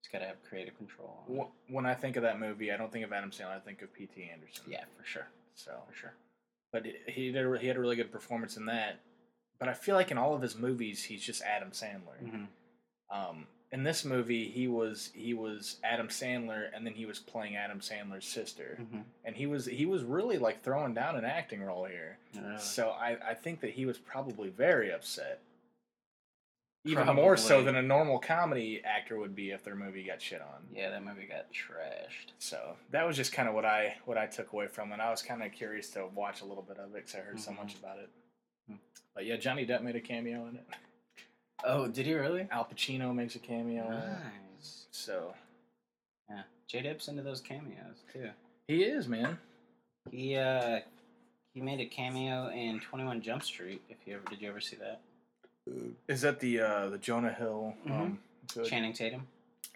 It's got to have creative control. On it.
Wh- When I think of that movie, I don't think of Adam Sandler. I think of P.T. Anderson.
Yeah, for sure,
So,
for sure.
but he did. A, he had a really good performance in that. But I feel like in all of his movies, he's just Adam Sandler.
Mm-hmm.
Um, in this movie, he was he was Adam Sandler, and then he was playing Adam Sandler's sister,
Mm-hmm.
and he was he was really like throwing down an acting role here. So I I think that he was probably very upset, even more so
Probably.
than a normal comedy actor would be if their movie got shit on.
yeah, that movie got trashed.
So that was just kind of what I what I took away from it. I was kind of curious to watch a little bit of it because I heard so much about it.
Mm.
But yeah, Johnny Depp made a cameo in it.
Oh, did he really?
Al Pacino makes a cameo. in it.
Nice.
So
Yeah, J Dip's into those cameos too.
he is man.
He uh, he made a cameo in Twenty One Jump Street. If you ever did, you ever see that?
Is that the uh, the Jonah Hill? Um, good-
Mm-hmm. Channing Tatum.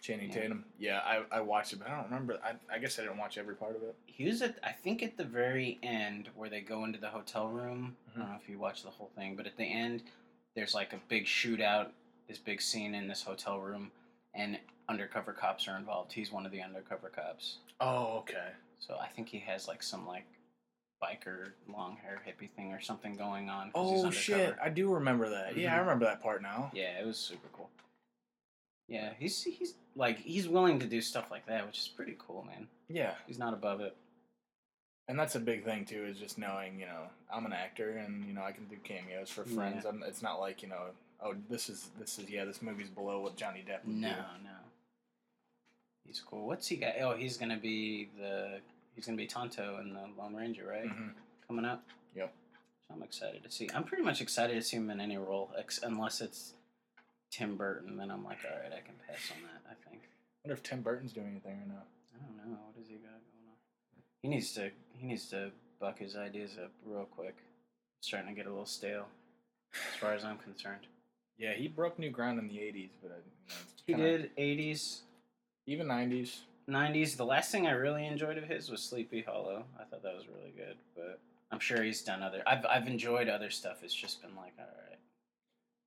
Channing
Yeah.
Tatum. Yeah, I, I watched it, but I don't remember. I, I guess I didn't watch every part of it.
He was at I think at the very end where they go into the hotel room. I
Mhm.
don't know if you watch the whole thing, but at the end there's like a big shootout, this big scene in this hotel room, and undercover cops are involved. He's one of the undercover cops.
Oh, okay.
So I think he has like some like biker long hair hippie thing or something going on. 'cause he's
Oh shit,
undercover.
I do remember that. Yeah, I
Mhm.
remember that part now.
Yeah, it was super cool. Yeah, he's he's like he's willing to do stuff like that, which is pretty cool, man.
Yeah,
He's not above it.
and that's a big thing too is just knowing you know i'm an actor and you know i can do cameos for friends I'm, it's not like you know oh this is this is yeah this movie's below what johnny depp would
No,
do
no. He's cool. What's he got? Oh, he's gonna be the he's gonna be Tonto in the Lone Ranger, right?
Mhm.
Coming up.
Yep.
So I'm excited to see. I'm pretty much excited to see him in any role, ex- unless it's Tim Burton. Then I'm like, all right, I can pass on that. I think.
wonder if tim burton's doing anything right now
I don't know. What does he got going on? He needs to he needs to buck his ideas up real quick. It's starting to get a little stale, as far as I'm concerned.
yeah he broke new ground in the 80s but I, you know, it's
He
kinda-
did 80s.
even 90s
90s. The last thing I really enjoyed of his was Sleepy Hollow. I thought that was really good, but I'm sure he's done other. I've I've enjoyed other stuff. It's just been like, all right,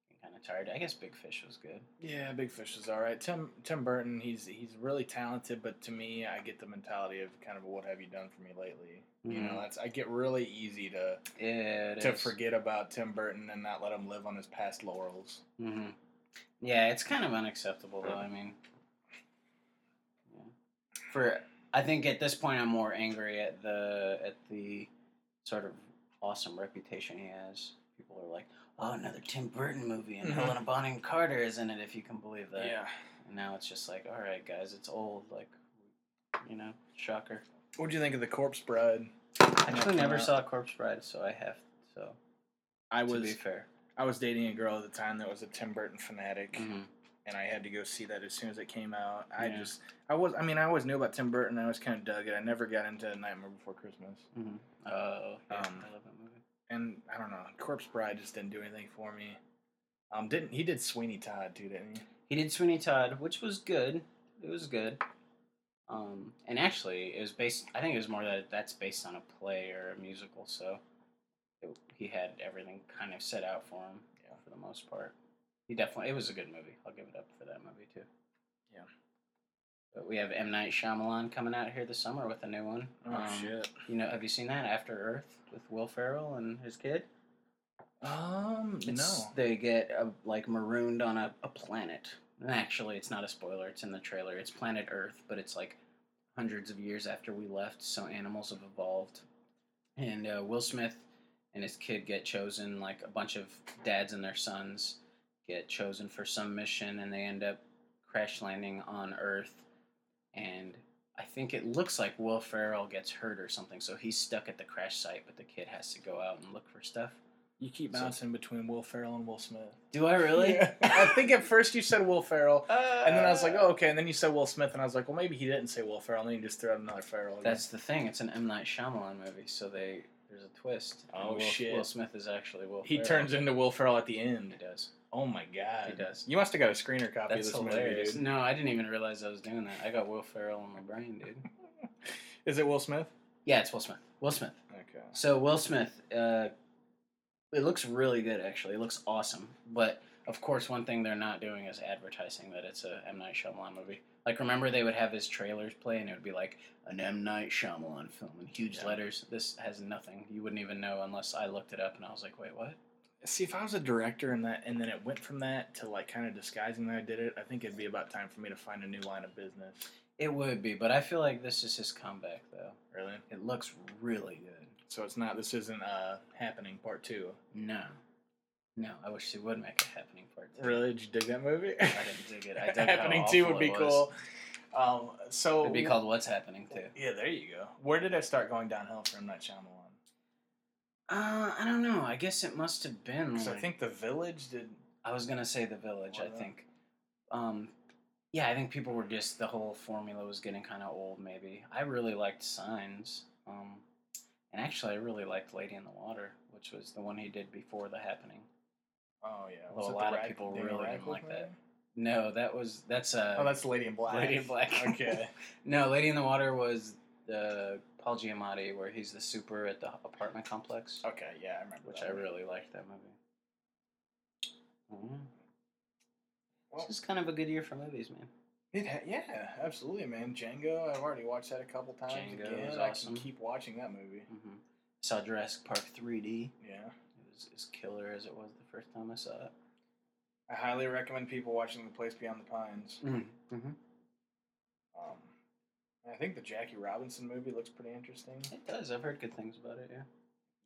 I'm kind of tired. I guess Big Fish was good.
yeah big fish is all right tim tim burton he's he's really talented but to me i get the mentality of kind of what have you done for me lately you know
Mhm.
that's i get really easy to
It
to
is.
forget about tim burton and not let him live on his past laurels
hmm Yeah, it's kind of unacceptable though. I mean, yeah. for I think at this point I'm more angry at the at the sort of awesome reputation he has. People are like, "Oh, another Tim Burton movie, and
Mhm.
Helena Bonham Carter is in it." If you can believe that. And now it's just like, all right, guys, it's old. Like, you know, shocker.
What would you think of the Corpse Bride?
I actually
come
never
out.
saw Corpse Bride, so I have so
I
to be
was
fair.
I was dating a girl at the time that was a Tim Burton fanatic,
Mm-hmm.
and I had to go see that as soon as it came out. I
Yeah.
just I was I mean I always knew about Tim Burton. I always kind of dug it. I never got into Nightmare Before Christmas,
Mm-hmm. Oh, yeah,
Um,
I love that movie.
and I don't know. Corpse Bride just didn't do anything for me. Um, didn't he did Sweeney Todd too? Didn't he?
He did Sweeney Todd, which was good. It was good. Um, and actually, it was based. I think it was more that that's based on a play or a musical, so it, he had everything kind of set out for him.
Yeah.
for the most part. He definitely. It was a good movie. I'll give it up for that movie too.
Yeah.
But we have M Night Shyamalan coming out here this summer with a new one. Um,
Oh, shit.
You know, have you seen that After Earth with Will Ferrell and his kid?
Um,
It's-
no.
They get uh, like marooned on a, a planet. And actually, it's not a spoiler. It's in the trailer. It's planet Earth, but it's like hundreds of years after we left, so animals have evolved. And uh, Will Smith and his kid get chosen. Like a bunch of dads and their sons get chosen for some mission, and they end up crash landing on Earth. And I think it looks like Will Ferrell gets hurt or something, so he's stuck at the crash site, but the kid has to go out and look for stuff
You keep bouncing between Will Ferrell and Will Smith.
Do I
*laughs*
really?
Yeah. I think at first you said Will Ferrell, and then I was like, oh, okay. And then you said Will Smith, and I was like, well, maybe he didn't say Will Ferrell. And then you just threw out another Ferrell. again.
That's the thing. It's an M Night Shyamalan movie, so they there's a twist. And
Oh,
Will,
shit.
Will Smith is actually Will.
he
Ferrell.
turns into Will Ferrell at the end.
He does.
Oh my god,
He does.
You must have got a screener copy
That's
of this movie,
hilarious.
dude.
No, I didn't even realize I was doing that. I got Will Ferrell in my brain, dude.
Is it Will Smith?
Yeah, it's Will Smith. Will Smith.
Okay.
So Will Smith, uh, it looks really good actually. It looks awesome. But of course, one thing they're not doing is advertising that it's a M Night Shyamalan movie. Like remember they would have his trailers play and it would be like an M Night Shyamalan film in huge
Yeah.
letters. This has nothing. You wouldn't even know unless I looked it up and I was like, wait, what?
See, if I was a director and that, and then it went from that to like kind of disguising that I did it, I think it'd be about time for me to find a new line of business.
It would be, but I feel like this is his comeback though.
Really?
It looks really good.
So it's not. This isn't uh happening part two.
No, no, I wish they would make a happening part. Two.
Really? Did you dig that movie?
I didn't dig it. I
*laughs*
dug how
happening two
awful
would be
it was.
cool. Um, so
It'd be called "What's Happening" too.
Yeah, there you go. Where did I start going downhill from Night Shyamalan?
Uh, I don't know. I guess it must have been.
Because I
like-
think The Village did.
I was gonna say the village.
Why
I
not?
think. Um, yeah, I think people were just the whole formula was getting kind of old. Maybe I really liked Signs. Um, and actually, I really liked Lady in the Water, which was the one he did before the happening.
Oh yeah,
Well,
Was
a
it The
lot of
Rad-
people
Daniel
really didn't
Radcliffe
like that.
movie?
No, that was that's uh,
Oh, that's Lady in Black.
Lady in Black.
*laughs*
*laughs*
okay.
No, Lady in the Water was the Paul Giamatti, where he's the super at the apartment complex,
Okay. Yeah, I remember.
which
that
I
one.
really liked that movie. Mm.
Well-
This is kind of a good year for movies, man.
It ha- yeah, absolutely, man. Django. I've already watched that a couple times.
Django
again.
was awesome.
I can keep watching that movie.
Mm-hmm. Saw Jurassic Park 3D. It
Yeah.
was as killer as it was the first time I saw it.
I highly recommend people watching The Place Beyond the Pines.
Mm-hmm.
Um, I think the Jackie Robinson movie looks pretty interesting.
It does. I've heard good things about it. Yeah.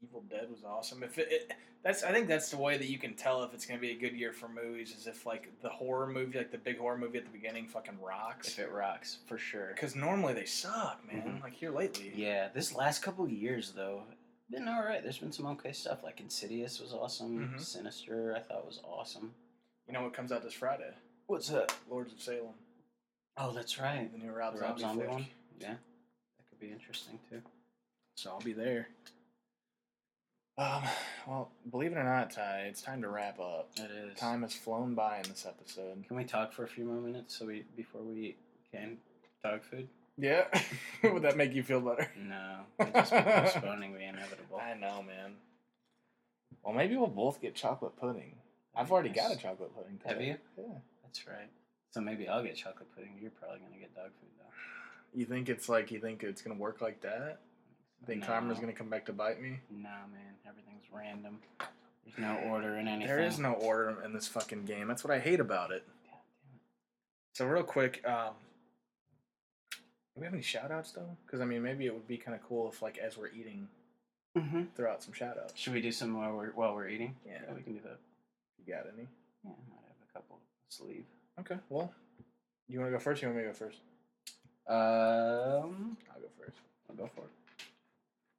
Evil Dead was awesome. If it, it that's, I think that's the way that you can tell if it's gonna be a good year for movies is if like the horror movie, like the big horror movie at the beginning, fucking rocks.
If it rocks, for sure.
Because normally they suck, man.
Mhm.
Like here lately.
Yeah. This last couple years though, been all right. There's been some okay stuff. Like Insidious was awesome.
Mhm.
Sinister, I thought was awesome.
You know what comes out this Friday?
What's up?
Lords of Salem,
Oh, that's right.
the new Rob,
The Rob Zombie
flick.
one. Yeah. That could be interesting too.
So I'll be there. Um, well, believe it or not, Ty, it's time to wrap up.
It is.
Time has flown by in this episode.
Can we talk for a few more minutes so we before we can dog food?
Yeah, *laughs* would that make you feel better?
*laughs* No, we'll just be postponing the inevitable.
I know, man. Well, maybe we'll both get chocolate pudding. I've already got a chocolate pudding.
Have
today.
you?
Yeah.
That's right. So maybe I'll get chocolate pudding. You're probably gonna get dog food though.
You think it's like you think it's gonna work like that? You think
No.
karma's gonna come back to bite me?
Nah, man. Everything's random. There's no order in anything.
There is no order in this fucking game. That's what I hate about it.
God damn it.
So real quick, um, do we have any shout outs though? Because I mean, maybe it would be kind of cool if like as we're eating,
Mhm.
throw out some shout outs.
Should we do some while we're while we're eating?
Yeah.
we can do that.
You got any?
Yeah, I might have a couple. Let's leave.
Okay. Well, you want to go first? Or you want me to go first?
Um,
I'll go first.
I'll go for it.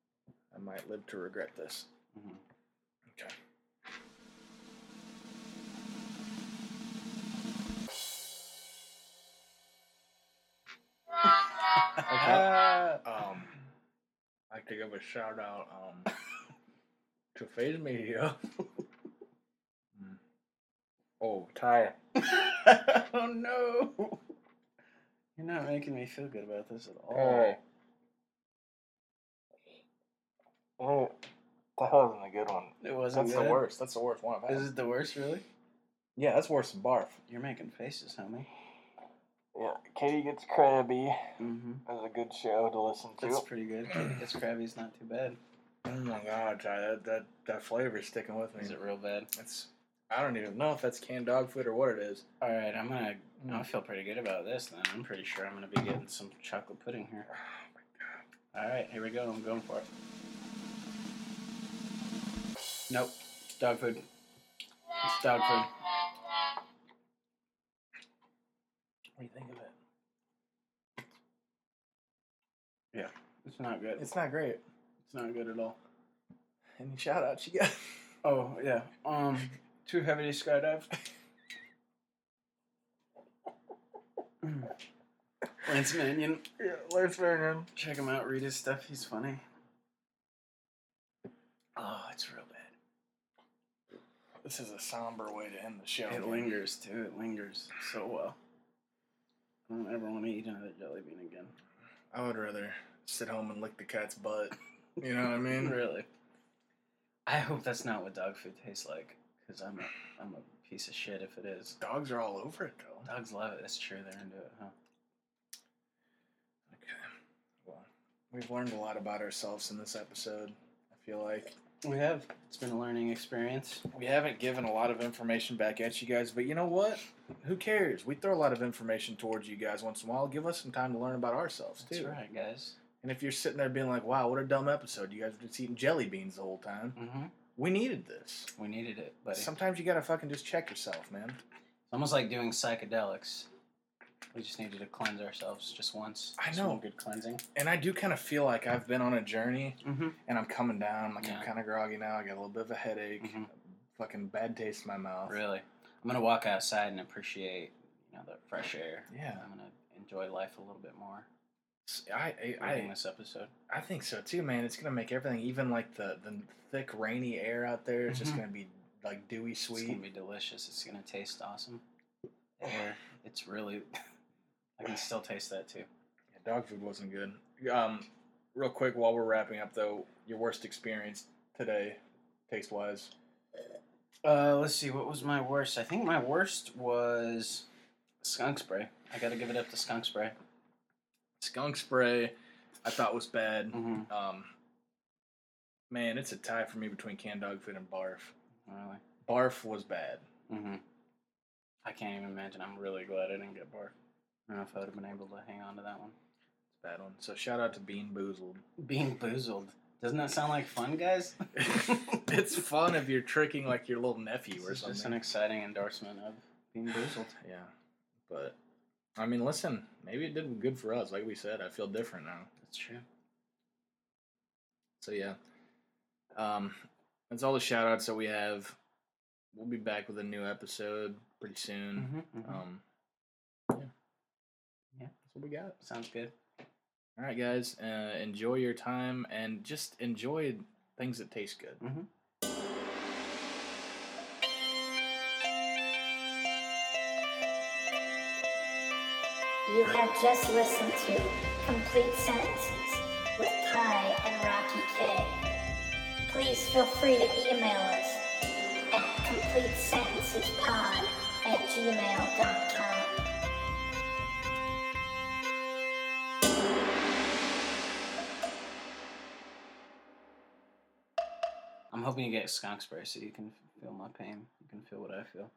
I might live to regret this.
hmm
Okay. okay. um, I'd like to give a shout out um, to Phase Media. *laughs* Mm. oh, Ty.
*laughs* oh no! You're not making me feel good about this at all.
Oh. Oh, that wasn't a good one.
It wasn't
That's
good.
the worst. That's the worst one I've had.
Is it the worst, really?
yeah, that's worse than barf.
You're making faces, homie.
Yeah, Katie gets crabby.
Mm-hmm.
That was a good show to listen
That's pretty good. I guess Krabby's not too bad.
Oh my god, Ty, that that that flavor's sticking with me.
Is it real bad?
It's I don't even know if that's canned dog food or what it is.
All right, I'm gonna. I feel pretty good about this. Then I'm pretty sure I'm gonna be getting some chocolate pudding here. All right, here we go. I'm going for it. Nope, it's dog food. It's dog food.
What do you think of it?
It's not good. It's
It's not great.
not good at all.
Any shout outs you got? *laughs*
Oh yeah. Um, too heavy to
*laughs*
skydive. Lance Mannion,
Yeah, Lance Marion.
check him out. Read his stuff. He's funny. Oh, it's real bad.
This is a somber way to end the show.
It lingers too. It lingers so well. I don't ever want to eat another jelly bean again.
I would rather sit home and lick the cat's butt. You know what I mean?
*laughs* Really. I hope that's not what dog food tastes like, because I'm a I'm a piece of shit if it is.
Dogs are all over it though.
Dogs love it. That's true. They're into it, huh?
Okay. Well, we've learned a lot about ourselves in this episode. I feel like
We have. It's been a learning experience.
we haven't given a lot of information back at you guys, but you know what? Who cares? We throw a lot of information towards you guys once in a while. Give us some time to learn about ourselves too.
That's right, guys.
And if you're sitting there being like, "Wow, what a dumb episode! You guys were just eating jelly beans the whole time."
Mm-hmm.
We needed this.
We needed it, buddy.
Sometimes you gotta fucking just check yourself, man.
It's almost like doing psychedelics. We just needed to cleanse ourselves just once.
I
Just one
know.
good cleansing.
And I do kind of feel like I've been on a journey
Mm-hmm.
and I'm coming down. Like
Yeah.
I'm kind of groggy now. I got a little bit of a headache.
Mhm.
Fucking bad taste in my mouth.
Really. I'm gonna walk outside and appreciate, you know, the fresh air.
Yeah.
I'm gonna enjoy life a little bit more.
S- I I,
Reading
I
this episode.
I think so too, man. It's gonna make everything, even like the the thick rainy air out there, it's
Mhm.
just gonna be like dewy
It's gonna
sweet.
be delicious. It's gonna taste *sighs* awesome. Air. It's really. I can still taste that too.
Yeah, dog food wasn't good. Um, real quick while we're wrapping up though, your worst experience today, taste wise.
Uh, let's see. What was my worst? I think my worst was skunk spray. I gotta give it up to skunk spray.
Skunk spray, I thought was bad.
Mm-hmm.
Um, man, it's a tie for me between canned dog food and barf.
Really.
Barf was bad.
Mm-hmm. I can't even imagine. I'm really glad I didn't get barf. I don't know if I would have been able to hang on to that one.
Bad one. So shout out to Bean Boozled. *laughs*
Being boozled. Doesn't that sound like fun, guys? *laughs*
it's fun if you're tricking like your little nephew
This
or
is just
something.
an exciting endorsement of being boozled.
Yeah, but I mean, listen, maybe it did good for us. Like we said, I feel different now.
That's true.
So yeah, um, that's all the shout outs that we have. We'll be back with a new episode pretty soon.
Mm-hmm,
Um, yeah.
Yeah.
that's what we got.
Sounds good.
All right, guys, uh, enjoy your time and just enjoy things that taste good.
You have just listened to Complete Sentences with Ty and Rocky K. Please feel free to email us at completesentencespod at gmail.com.
I'm hoping you get skunk spray so you can feel my pain. You can feel what I feel.